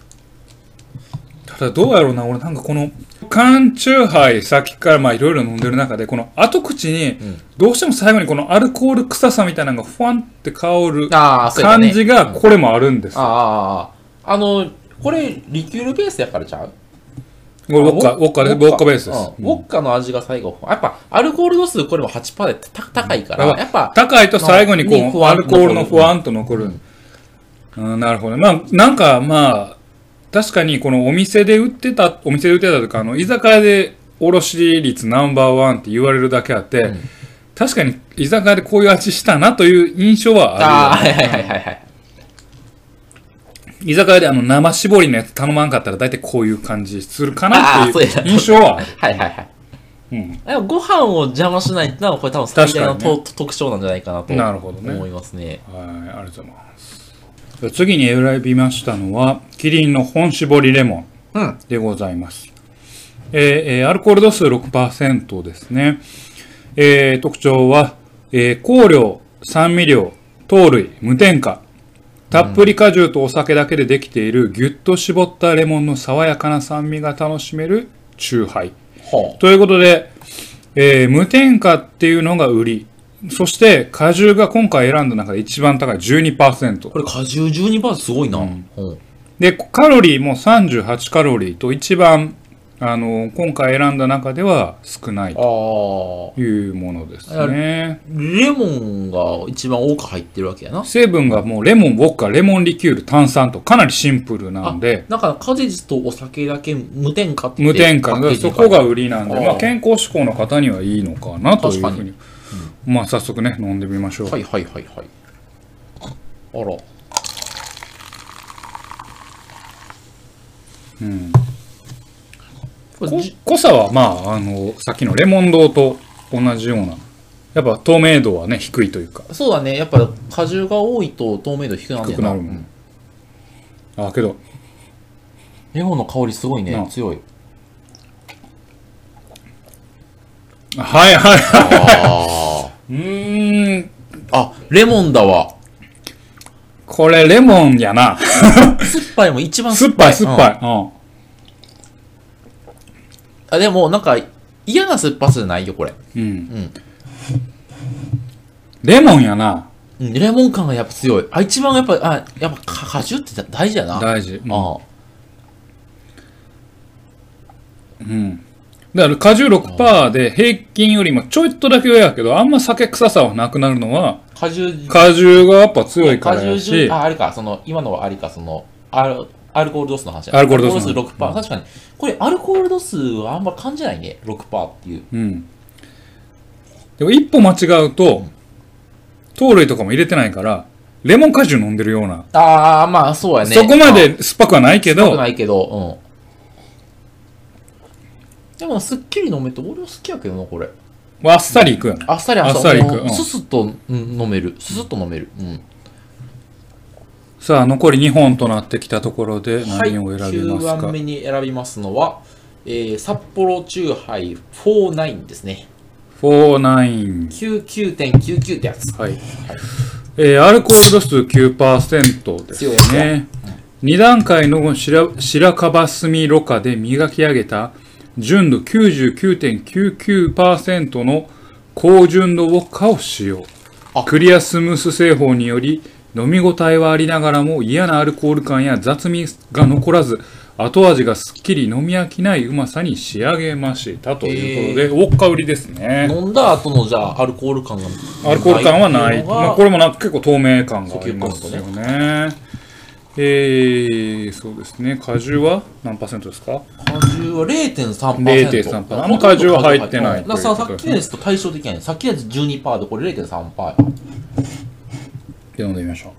ただどうやろうな俺なんかこの缶チューハイさっきからまあいろいろ飲んでる中でこの後口にんどうしても最後にこのアルコール臭さみたいなのがふわんって香るああ、そうやった感ね。じがこれもあるんですよああ、あの、これ、リキュールベースやからちゃうこれウォッカ、ウォッカで、ウォッカベースです。うんウォッカの味が最後、やっぱ、アルコール度数、これも8%でた高いから、うんやっぱ、高いと最後にまこあふう、わアっとル残コるールのふわんと残る。うん、なるほどね。まあ、なんか、まあ、確かにこのお店で売ってた、お店で売ってたとか、あの、居酒屋で卸率ナンバーワンって言われるだけあって、ん確かに居酒屋でこういう味したなという印象はあるよね、ああ、はいはいはいはいはい。居酒屋であの生絞りのやつ頼まんかったら大体こういう感じするかなってあいーそううや印象はある。はいはいはい。うん。でもご飯を邪魔しないってのは、これ多分最大の確かにと、特徴なんじゃないかなとなるほどね思いますね。はい、ありがとうございます。次に選びましたのは、キリンの本搾りレモン。うん。でございます。えーえーアルコール度数6%ですね。えー特徴は、えー香料、酸味料、糖類、無添加。たっぷり果汁とお酒だけでできている、ぎゅっと絞ったレモンの爽やかな酸味が楽しめるチューハイ。はということで、えー無添加っていうのが売り。そして、果汁が今回選んだ中で一番高い12%あ。こ。れ果汁12%すごいな。うん。で、カロリーも38カロリーと一番、あの、今回選んだ中では少ないああ。というものですね。レモンが一番多く入ってるわけやな。成分がもうレモン、ウォッカ、レモンリキュール、炭酸とかなりシンプルなんで、なんか果実とお酒だけ無添加って無添加パッケージそにこが売りなんで、あーまあ健康志向の方にはいいのかなというふ確うかにに。まあ早速ね、飲んでみましょう。はいはいはいはい。あら。これこじ濃さはまあ、あの、さっきのレモン堂と同じようなやっぱ透明度はね、低いというか、そうだね。やっぱ荷重が多いと透明度低くなる低んくだなよるな。もん。あ、けど、レモンの香りすごいなね。強い。はいはい。あうーん、ーあ、レモンだわ。これレモンやな。酸っぱいも一番酸っ酸っぱぱいい。酸っい。ぱい。うん。あ、でもなんか嫌な酸っぱさじゃないよ、これ。うんんレモンやなうん、レモン感がやっぱ強い。あ、一番やっぱ、あ、やっぱ果汁って大事やな。あ大事、うんあだから果汁6%で平均よりもちょいっとだけ上やけどあんま酒臭さはなくなるのは果汁、果汁がやっぱ強いから果や汁し汁、あ、あれか、その、今のはあれか、その、アルアルコール度数の話やアルコール度数アルコール度6%。確かに。これ、アルコール度数はあんま感じないね。6%っていう。うんでも一歩間違うと糖類とかも入れてないからレモン果汁飲んでるような、ああ、まあ、そうやね。そこまで酸っぱくはないけあ良くどないけど、うん。でも、すっきり飲めて、俺は好きやけどな、これ。あっさりいくよねあっさりあっあっささりり。いくうんもうすすっとうん飲める。すすっと飲める。うん。さあ残り2本となってきたところではい、何を選びます9か、番目に選びますのは、えー、札幌中杯49ですね。 49 99.99ってやつ。はい。えーアルコール度数9%です強いね。2段階の白白樺炭ろ過で磨き上げた純度99.99%の高純度ウォッカを使用あ。クリアスムース製法により飲み応えはありながらも嫌なアルコール感や雑味が残らず後味がすっきり飲み飽きないうまさに仕上げましたということで、ウォッカ売りですね。飲んだ後のじゃあアルコール感がアルコール感はない。まあ、これれもなんか結構透明感がありますよね。えー、そうですね。果汁は何パーセントですか果汁は0.3%。 0.3%あんま果汁は入ってないだからというささことでっすきねのやつと対照的やね。さっきのやつ12%でこれ0.3%や。で飲んでみましょ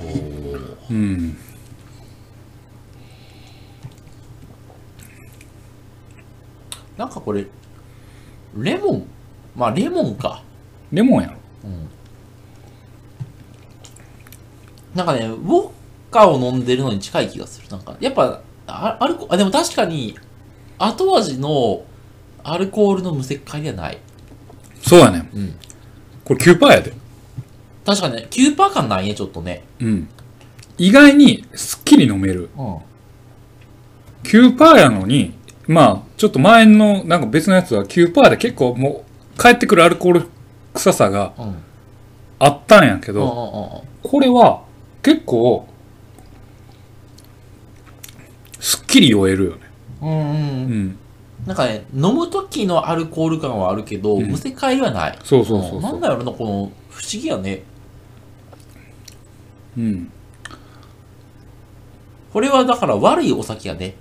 う。うん。なんかこれ、レモンまあレモンか。レモンやろ。なんかね、ウォッカを飲んでるのに近い気がする。なんか、やっぱ、あアルコあ、でも確かに、後味のアルコールの無石化ではない。そうやね。うんこれ9%やで。確かにね、9%感ないね、ちょっとね。うん。意外にすっきり飲める。うん。 9%やのに、まあ、ちょっと前のなんか別のやつは9%で結構もう帰ってくるアルコール臭さがうん。うんうんあったんやけど、うんこれは結構すっきり酔えるよね。うん。うんううん。ん。なんかね、飲む時のアルコール感はあるけど、うん無世界はない。そうそうそうなそんう。だろうな、この、不思議やね。うん。これはだから悪いお酒やね。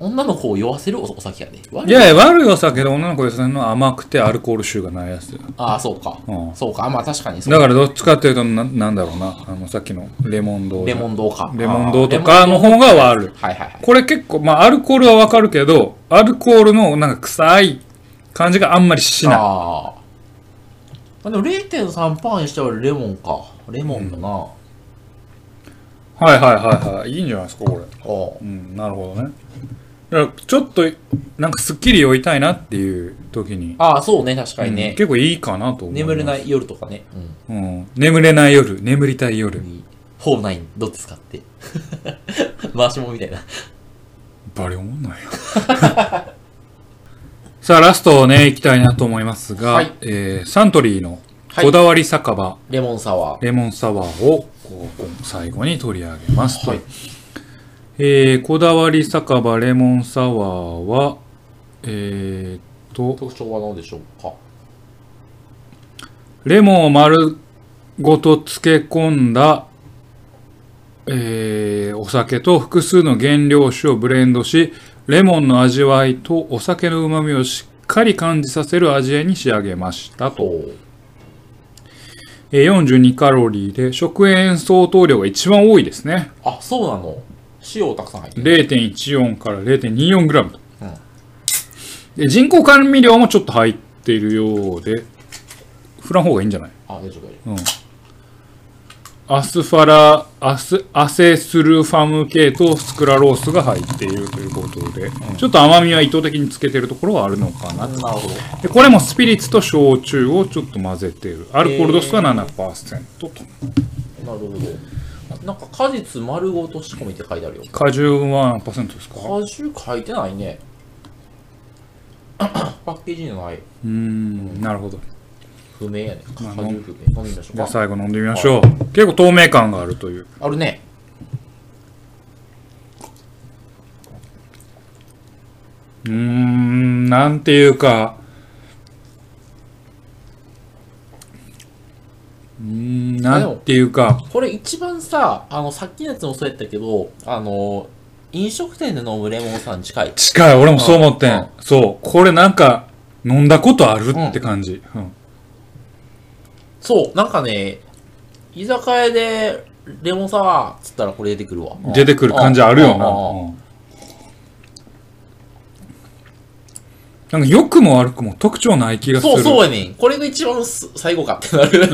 女の子を酔わせるおお酒やね。悪いやいや、悪いお酒で女の子ですね、甘くてアルコール臭がないやつだよああ、そうか。うんそうか。まあ確かにそうだからどっちかっていうとな、なんだろうな、あの、さっきのレモン堂レモン堂か。レモン堂とあかーの方が悪い。はいはいはい。これ結構、まあ、アルコールはわかるけど、アルコールのなんか臭い感じがあんまりしない。ああ。でも0.3%にしてはレモンか。レモンだな。はいはいはいはい。いいんじゃないですか、これ。あうん、なるほどね。だからちょっと、なんかすっきり酔いたいなっていう時に、あ。ああ、そうね、確かにうんね。結構いいかなと思う。、眠れないい夜とかね。うん。うん。眠れない夜、眠りたい夜。フォーナイン、どっち使って。 [LAUGHS] 回しもんみたいな。バリ思んないよ。 [LAUGHS] さあ、ラストをね、行きたいなと思いますが、はいえーサントリーのはいこだわり酒場、レモンサワー。レモンサワーをこう最後に取り上げますと。はいえーこだわり酒場レモンサワーは、えーっと、特徴は何でしょうかレモンを丸ごと漬け込んだ、えーお酒と複数の原料酒をブレンドし、レモンの味わいとお酒の旨味をしっかり感じさせる味に仕上げましたと。と、えー42カロリーで食塩相当量が一番多いですね。あ、そうなの。塩をたくさん入ってる。 0.14から0.24グラムと。うんで人工甘味料もちょっと入っているようで振らん方がいいんじゃないあ、大丈夫、大丈アスファラアスアセスルファム系とスクラロースが入っているということで、ちょっと甘みは意図的につけてるところはあるのかな夫。なるほど。でこれもスピリッツと焼酎をちょっと混ぜてるアルコール度数は7%と、なるほど。なんか果実丸ごと仕込みって書いてあるよ。果汁は7%ですか果汁書いてないね。 [COUGHS] パッケージにない。うーんなるほど不明やね。果まあ汁不明。飲みましじゃょあうか。最後飲んでみましょう、結構透明感があるというあるね。うーんなんていうかうーんなんていうかこれ一番さ、あの、さっきのやつもそうやったけど、あの、飲食店で飲むレモンさん近い。近い俺もそう思ってん、うんそうこれなんか飲んだことあるって感じ、うんそう、なんかね、居酒屋でレモンサワーっつったらこれ出てくるわ。出てくる感じあるよな、うんうんううんんなんか良くも悪くも特徴ない気がするそうそうやねん。これが一番す最後かってな [LAUGHS] る。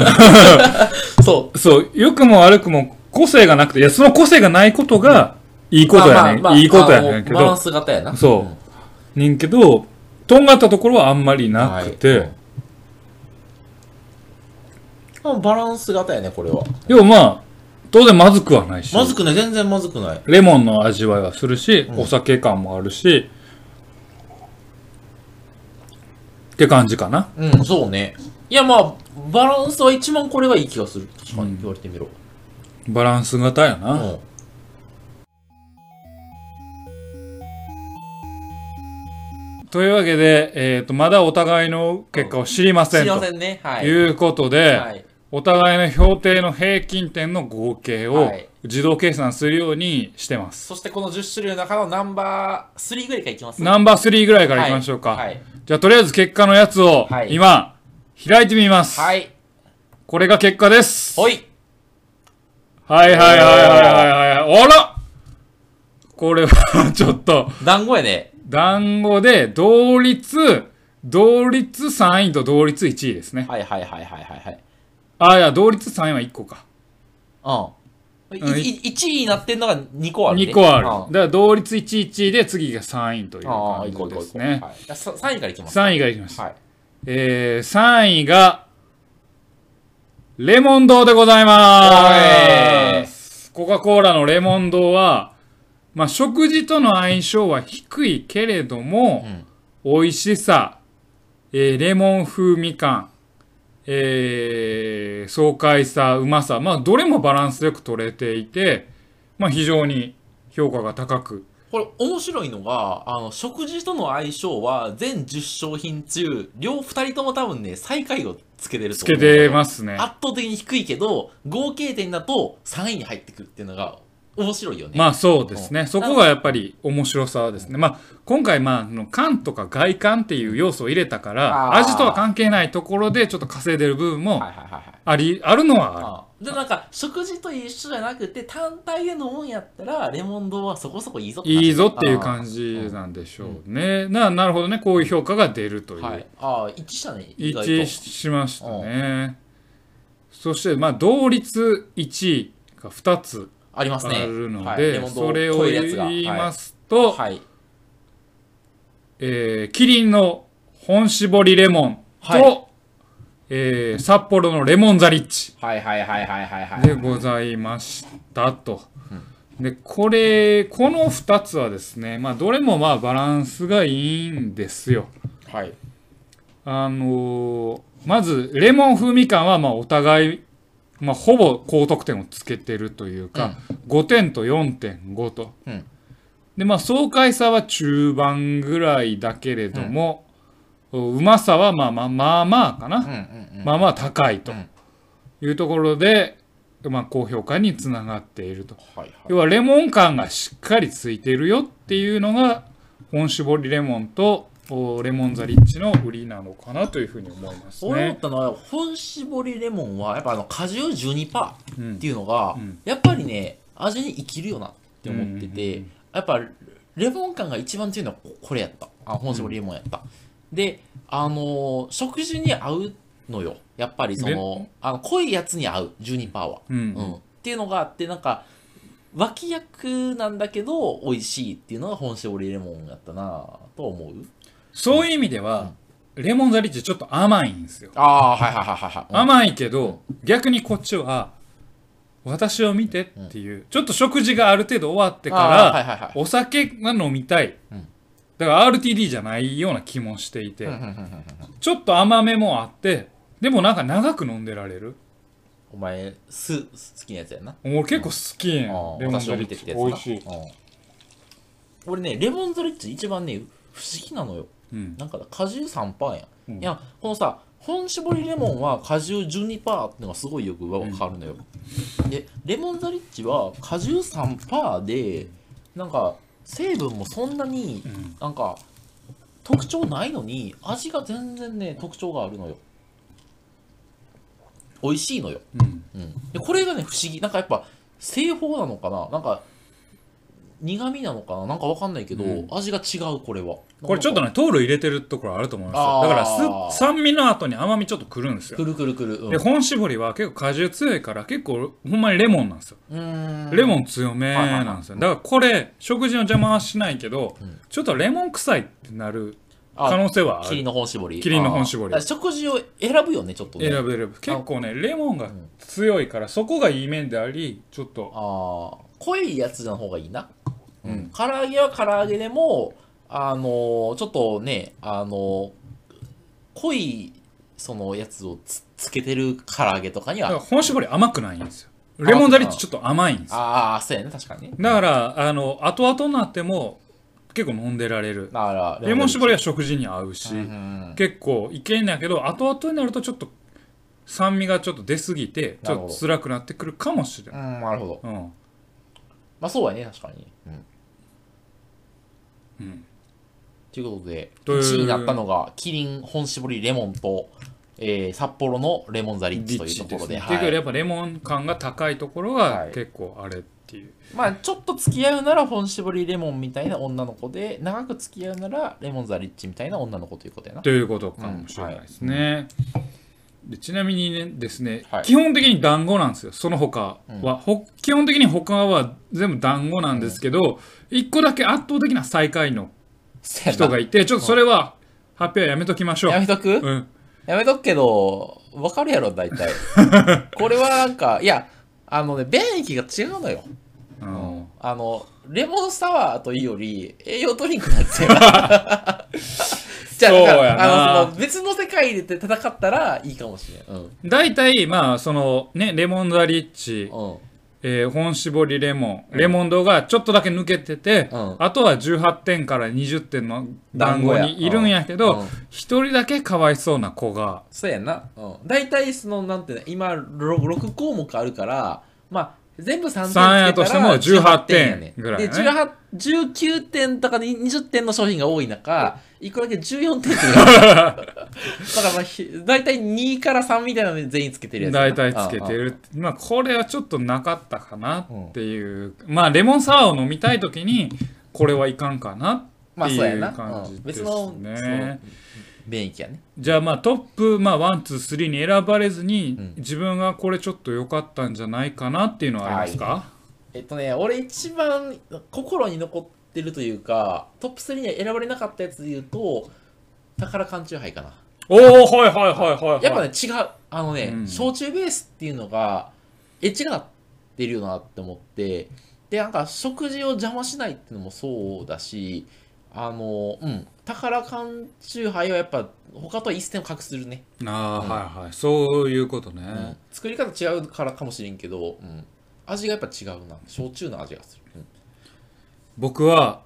そ。そう、良くも悪くも個性がなくて、いや、その個性がないことが、いいうことまやあまあねまあ。ん。いいことやねあんのけバランど、ス型やな。そうんねんけど、とんがったところはあんまりなくて、はいうんバランス型やね、これは。でもまあ、当然まずくはないし、まずくない、全然まずくない。レモンの味わいはするし、んお酒感もあるし、って感じかな。うん、そうね。いや、まあ、バランスは一番これはいい気がする。確かに言われてみろ。バランス型やな。うん。というわけで、えっ、と、まだお互いの結果を知りませすんいとませんね。はいい。うことで、はい。お互いの評定の平均点の合計をはい自動計算するようにしてます。そしてこの10種類の中のナンバー3ぐらいからいきますナンバー3ぐらいからいはきいましょうか。はい。じゃあとりあえず結果のやつをはい今開いてみます。はい。これが結果です。ほい。はいはいはいはいはいはい。あらこれはちょっと団子やね。団子で同率、同率3位と同率1位ですね。はいはいはいはいはいはい。あ、いや、同率3位は1個か。うん。うん1位になってんのが2個ある、ね。 2個ある。うんだから同率1、1位で次が3位というああ、感行こうじで行こうす行こう。ね。はい、じゃあさ3位からいきます。 3位がいきました。はい。えー、3位が、レモン堂でございます。コカ・コーラのレモン堂は、まあ、食事との相性は低いけれども、美味しさ、えーレモン風味感、えー爽快さ、うまさ、まあ、どれもバランスよく取れていて、まあ、非常に評価が高く、これ面白いのが、あの、食事との相性は全10商品中、両2人とも多分ね、最下位をつけてる、つけてますすね。圧倒的に低いけど、合計点だと3位に入ってくるっていうのが面白いよね。まあそうですうね。んそこがやっぱり面白さですね。まあ今回まああの缶とか外観っていう要素を入れたから、あー味とは関係ないところでちょっと稼いでる部分もはいはいはいはい。あり、あるのはああでなんか食事と一緒じゃなくて単体で飲むんやったらレモン堂はそこそこいいぞっる。て話いいぞっていう感じなんでしょうね。な、なるほどね。こういう評価が出るといはうい。。ああ、一致したね。意一外致と。しましたね。そしてまあ同率1位が2つありまあすね。るのはいレで、モンそ堂れを超えるやつが言いますはと、い。はいえーキリンの本搾りレモンと、はいえー札幌のレモンザリッチはいはいはいはいはいはい。でございましたと。で、これ、この2つはですね、まあ、どれもまあバランスがいいんですよ。はい。あのーまず、レモン風味感はまあお互い、まあ、ほぼ高得点をつけてるというか、5点と4.5と。うんで、まあ、爽快さは中盤ぐらいだけれども、うまさはまあまあまあまあかな。うんうんうん。まあまあ高いとうんいうところで、まあ、高評価につながっていると。はいはい。要はレモン感がしっかりついてるよっていうのが本搾りレモンとおレモンザリッチの売りなのかなというふうに思います俺思っね。たのは、本搾りレモンは、やっぱあの、果汁12%うんっていうのが、んやっぱりね、味に生きるよなって思ってて、やっぱ、レモン感が一番強いのはここれやった。あ、本搾りレモンやった。で、あのー食事に合うのよ。やっぱりその、あの濃いやつに合う、12%は。うんうん、っていうのがあって、なんか、脇役なんだけど、美味しいっていうのが本搾りレモンやったなぁと思う。そういう意味では、レモンザリッチちょっと甘いんですよ。ああ、はいはいはいはいはい。甘いけど、逆にこっちは、私を見てっていう、ちょっと食事がある程度終わってあーはいはいかはいら、お酒が飲みたいうん。だから RTD じゃないような気もしていてうん、うんうんうんうんちょっと甘めもあって、でもなんか長く飲んでられる。お前、酢、好きなやつやな。俺結構好きやんああ。レモン私ザをリ見ッてっチ。てやつな。うん俺ね、レモンザリッチ一番ね、不思議なのよ。うん。なんか果汁3%やん。うんいや、このさ、本搾りレモンは果汁12%ってのがすごいよくわかるのよ。で、レモンザリッチは果汁3%で、なんか成分もそんなにうんなんか特徴ないのに、味が全然ね、特徴があるのよ。美味しいのよ。うん。うん、でこれがね不思議なんかやっぱ製法なのかななんか苦味なのかななんかわかんないけど、うん味が違うこれはこれちょっとねね、糖類入れてるところあると思いますあよ。ーだからす、酸味の後に甘みちょっとくるんですよく。るくるくる、うん、で、本搾りは結構果汁強いから、結構、ほんまにレモンなんですよ。うーんレモン強めはいはいなんですよ。だからこれ、食事の邪魔はしないけどうん、ちょっとレモン臭いってなるあ可能性はあキリる。ンの本絞りキリンの本搾りあーだから食事を選ぶよねちょっとね選べる。結構ね、レモンが強いから、そこがいい面であり、ちょっと、ああ濃いやつの方がいいな、うん唐揚げは唐揚げでもあのーちょっとねあのー濃いそのやつをつつけてる唐揚げとかにだはから本搾り甘くないんですよ。レモンザリッチちょっと甘いんですよ。ああそうやね確かにねだから、あの、後々になっても、結構飲んでられる。だからレモン絞りやは食事に合うし、うん結構いけんやけど後々になるとちょっと酸味がちょっと出すぎてちなるょほっどと辛くなってくるかもしれうない、ん、なるほど。うんまあそうやね、確かに。うん。うんということで、という1位になったのが、キリン本搾りレモンと、えー札幌のレモンザリッチリとッいうチとでこすねろで。っはていうかいやっぱレモン感が高いところははい結構あれっていう、まあちょっと付き合うなら本搾りレモンみたいな女の子で、長く付き合うならレモンザリッチみたいな女の子ということやな。ということかもしれないですね、でちなみにねですね、はい基本的に団子なんですよその他は、ほ基本的に他は全部団子なんですけど、一個だけ圧倒的な最下位のそうやな人がいてちょっとそれは発表はやめときましょうやめとく、うんやめとくけど、わかるやろ、大 [LAUGHS] 体。これはなんか、いや、あのね、便益が違うのよ。ううんんあの、レモンサワーというより、栄養ドリンクなんで [LAUGHS] すよ。じゃあ、だかそうやならあのその別の世界で戦ったらいいかもしれん。うん。うん。大体、まあ、その、ね、レモンザリッチ、えー本搾りレモン、レモンドがちょっとだけ抜けてて、うんあとは18点から20点の団団子子やにいるんやけうどん、一、人だけかわいそうな子が、そうやんな。うん。大体、その、なんていうの、今、ろ6項目あるから、まあ、全部3点つけたら三やとしても18点やねぐらいやで、ね18 19点とかで20点の商品が多い中、一個だけ14点っていうの [LAUGHS] がだから、まあ、ひ大体2から3みたいなので全員つけてるやつやな。大体つけてうん。る。まあ、これはちょっとなかったかなっていう。まあ、レモンサワーを飲みたいときに、これはいかんかなまっあ、てそうやいうな。感うじん、で別すの、そのね。免疫やね。じゃあまあトップ、まあ、1、2、3に選ばれずに、うん自分がこれちょっと良かったんじゃないかなっていうのはありますか、えっとね、俺一番心に残ってるというか、トップ3には選ばれなかったやつで言うと、宝缶酎ハイかな。おおはいはいはいはい、はい、やっぱね、違う。あのね、うん焼酎ベースっていうのが、エッジがなってるよなって思って、で、なんか食事を邪魔しないっていうのもそうだし、あの、うん、宝缶酎ハイはやっぱ、他とは一線を画するね。あうんーはいはいそういうことね、うん作り方違うからかもしれんけど、うん味がやっぱ違うな焼酎の味がする、うん僕は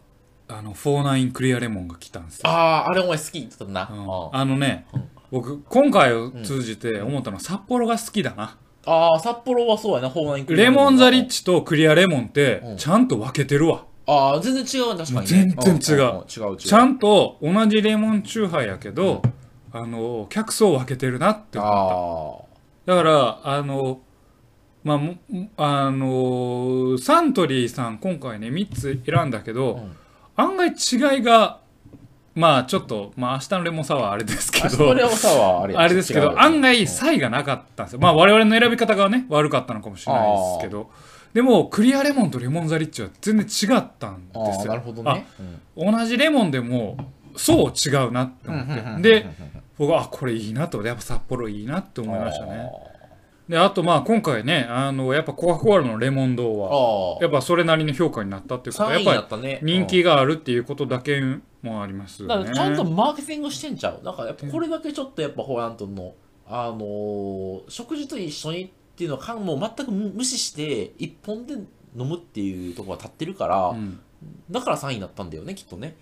あの49クリアレモンが来たんですよ、ああーあれお前好きって言ったな、ううんんああのね、うん僕今回を通じて思ったのは札幌が好きだな、あー札幌はそうやな方南レモンザリッチとクリアレモンってうんちゃんと分けてるわ、ああ全然違う確かに、ね、もう全然違うんんん違う違うちゃんと同じレモンチューハイやけど、あの客層分けてるなって思ったあだからあのまあもあのサントリーさん今回ね3つ選んだけど、うん案外違いが、まあちょっと、まあ明日のレモンサワーはあれですけあそどれ、はさはあれやあれですけ違うど、よ案外差異がなかったんですよ。まあ我々の選び方がね、悪かったのかもしれないですけど、でもクリアレモンとレモンザリッチは全然違ったんあですーよ。なるほどね。うんあ。同じレモンでも、そう違うなって思うんうんうんうんうっんて。で、僕は、あ、これいいなと、やっぱ札幌いいなって思いましたね。で、あとまあ今回ね、あの、やっぱコカ・コーラのレモン堂あは、ー。やっぱそれなりの評価になったっていうことは、 3や位っだぱったね。り人うん気があるっていうことだけもありますよだかね。らちゃんとマーケティングしてんちゃう。だからやっぱこれだけちょっとやっぱホラントンの、あのー食事と一緒にっていうのはもう全く無視して、一本で飲むっていうところが立ってるから、うんだから3位になったんだよね、きっとね。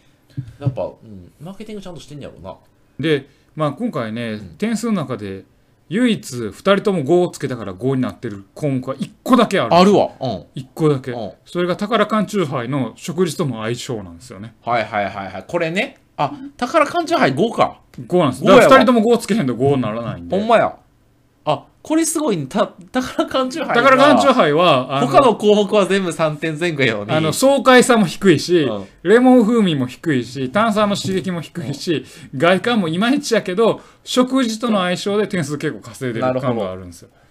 やっぱ、うん、マーケティングちゃんとしてんやろうな。で、まあ、今回ね、ん点数の中で唯一2人とも5をつけたから5になってる項目が1個だけあるるわ。うん。 1個だけ、うんそれが宝缶チューハイの食事とも相性なんですよねはいはいはいはい。これね。あ、宝缶中杯5か。 5なんです5だからやわ2人とも5をつけへんと5にならないんほんでまや。あ、これすごいね。た宝缶中杯が。宝缶チューハイはあの他の項目は全部3点前後やのに。あの爽快さも低いし、うんレモン風味も低いし炭酸の刺激も低いし、外観もいまいちやけど食事との相性で点数結構稼いでなるるほど感があるんですよだか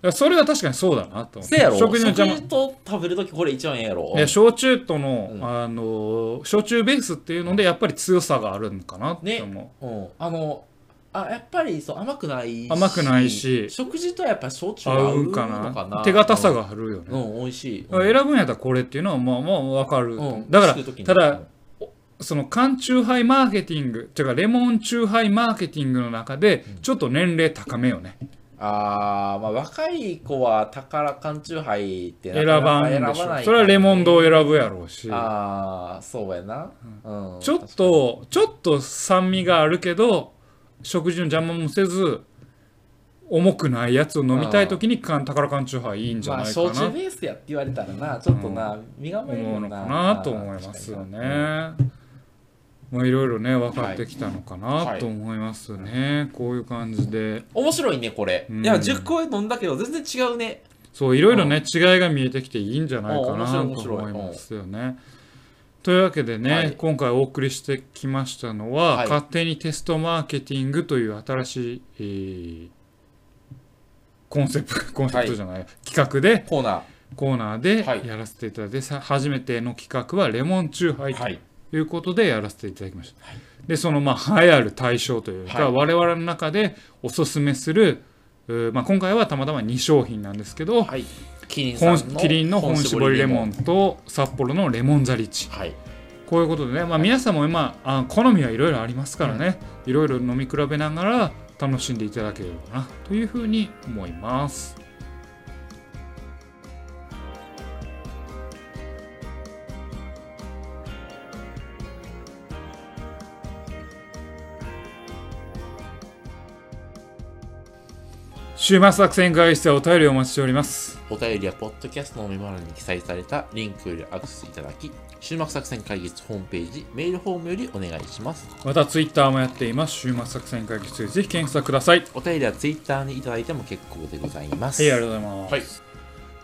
らそれは確かにそうだなと思ってせやろ食事の邪魔食事と食べるときこれ一番ええやろいや焼酎との、うんあの焼酎ベースっていうのでやっぱり強さがあるのかなって思う、うん、あのあやっぱりそう甘くないし甘くないし食事とはやっぱ焼酎が合合ううのかかなな手堅さがあるよね、うん、うん、美味しい、だから選ぶんやったらこれっていうのはまあまあわかる、うんだから作る時にただその缶チューハイマーケティングっていうかレモンチューハイマーケティングの中でちょっと年齢高めよね、あーまあ若い子は宝缶チューハイって選なかばなかん選でしばなょいそれはレモンド堂を選ぶやろうしああそうやな、うん、ちょっとちょっと酸味があるけど食事の邪魔もせず重くないやつを飲みたい時に缶宝缶チューハイいいんじゃまあないかな焼酎とベースやって言われたらなちょっとな、身構える思もうんのなかなと思いますよね。まあいろいろね分かってきたのかなと思いますね、こういう感じで面白いねこれ、うんいや10個飲んだけど全然違うねそういろいろね、違いが見えてきていいんじゃないかなとうん面白い面思白いいますよね。というわけでね、はい今回お送りしてきましたのは、はい勝手にテストマーケティングという新しい、えーコンセプトコ [LAUGHS] ンセプトじゃない、企画でコーナコーナーではいやらせていただいて、さ初めての企画はレモンチューハイーということでやらせていただきました。でそのまあ流行る対象というか、はい我々の中でおすすめする、うーまあ、今回はたまたま2商品なんですけど、はいキリンさ本んのキリンの本搾りレモンと札幌のレモンザリッチはいこういうことでね、まあ、皆さんも今あ好みはいろいろありますからね、いろいろ飲み比べながら楽しんでいただければなというふうに思います。週末作戦会議室でお便りをお待ちしております。お便りはポッドキャストのメモ欄に記載されたリンクよりアクセスいただき終幕作戦会議室ホームページメールフォームよりお願いしますまたツイッターもやっています。週末作戦会議室ぜひ検索ください。はい、お便りはツイッターにいただいても結構でございますありがとうございます。はい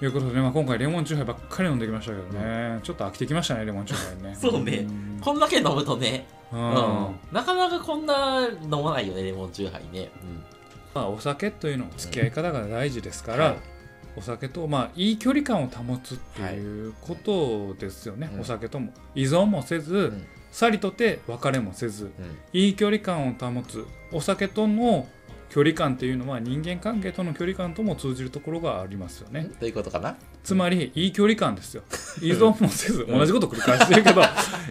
ということでね、まあ、今回レモンチューハイばっかり飲んできましたけどね、ちょっと飽きてきましたね、レモンチューハイ [LAUGHS] ね。そうねんこんだけ飲むとね、うんうんまなかなかこんな飲まないよねレモンチューハイね、あ、お酒というのも付き合い方が大事ですうかん、ら、はいお酒と、まあ、いい距離感を保つっていうことですよね、うんお酒とも。依存もせず、んさりとて別れもせず、うんいい距離感を保つお酒との距離感っていうのは人間関係との距離感とも通じるところがありますよねということかなつまりいい距離感ですよ依存もせず同じこと繰り返して [LAUGHS] るけど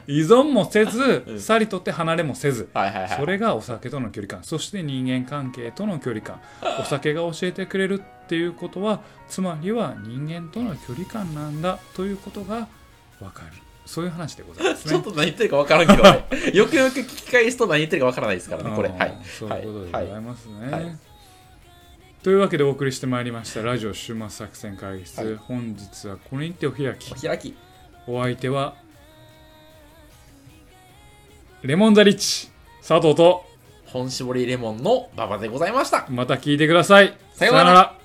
依存もせうずんさりとって離れもせずはいはいはいそれがお酒との距離感そして人間関係との距離感お酒が教えてくれるっていうことはつまりは人間との距離感なんだということが分かるそういう話でございますちょっね。と何言ってるか分からんけど、ね、 [LAUGHS] よくよく聞き返すと何言ってるか分からないですからねこれあーはいそういうことでごはざいいますね。はいというわけでお送りしてまいりましたラジオ終末作戦会議室、はい本日はこれにてお開きお開きお相手はレモンザリッチ佐藤と本搾りレモンの馬場でございましたまた聞いてくださいさようならら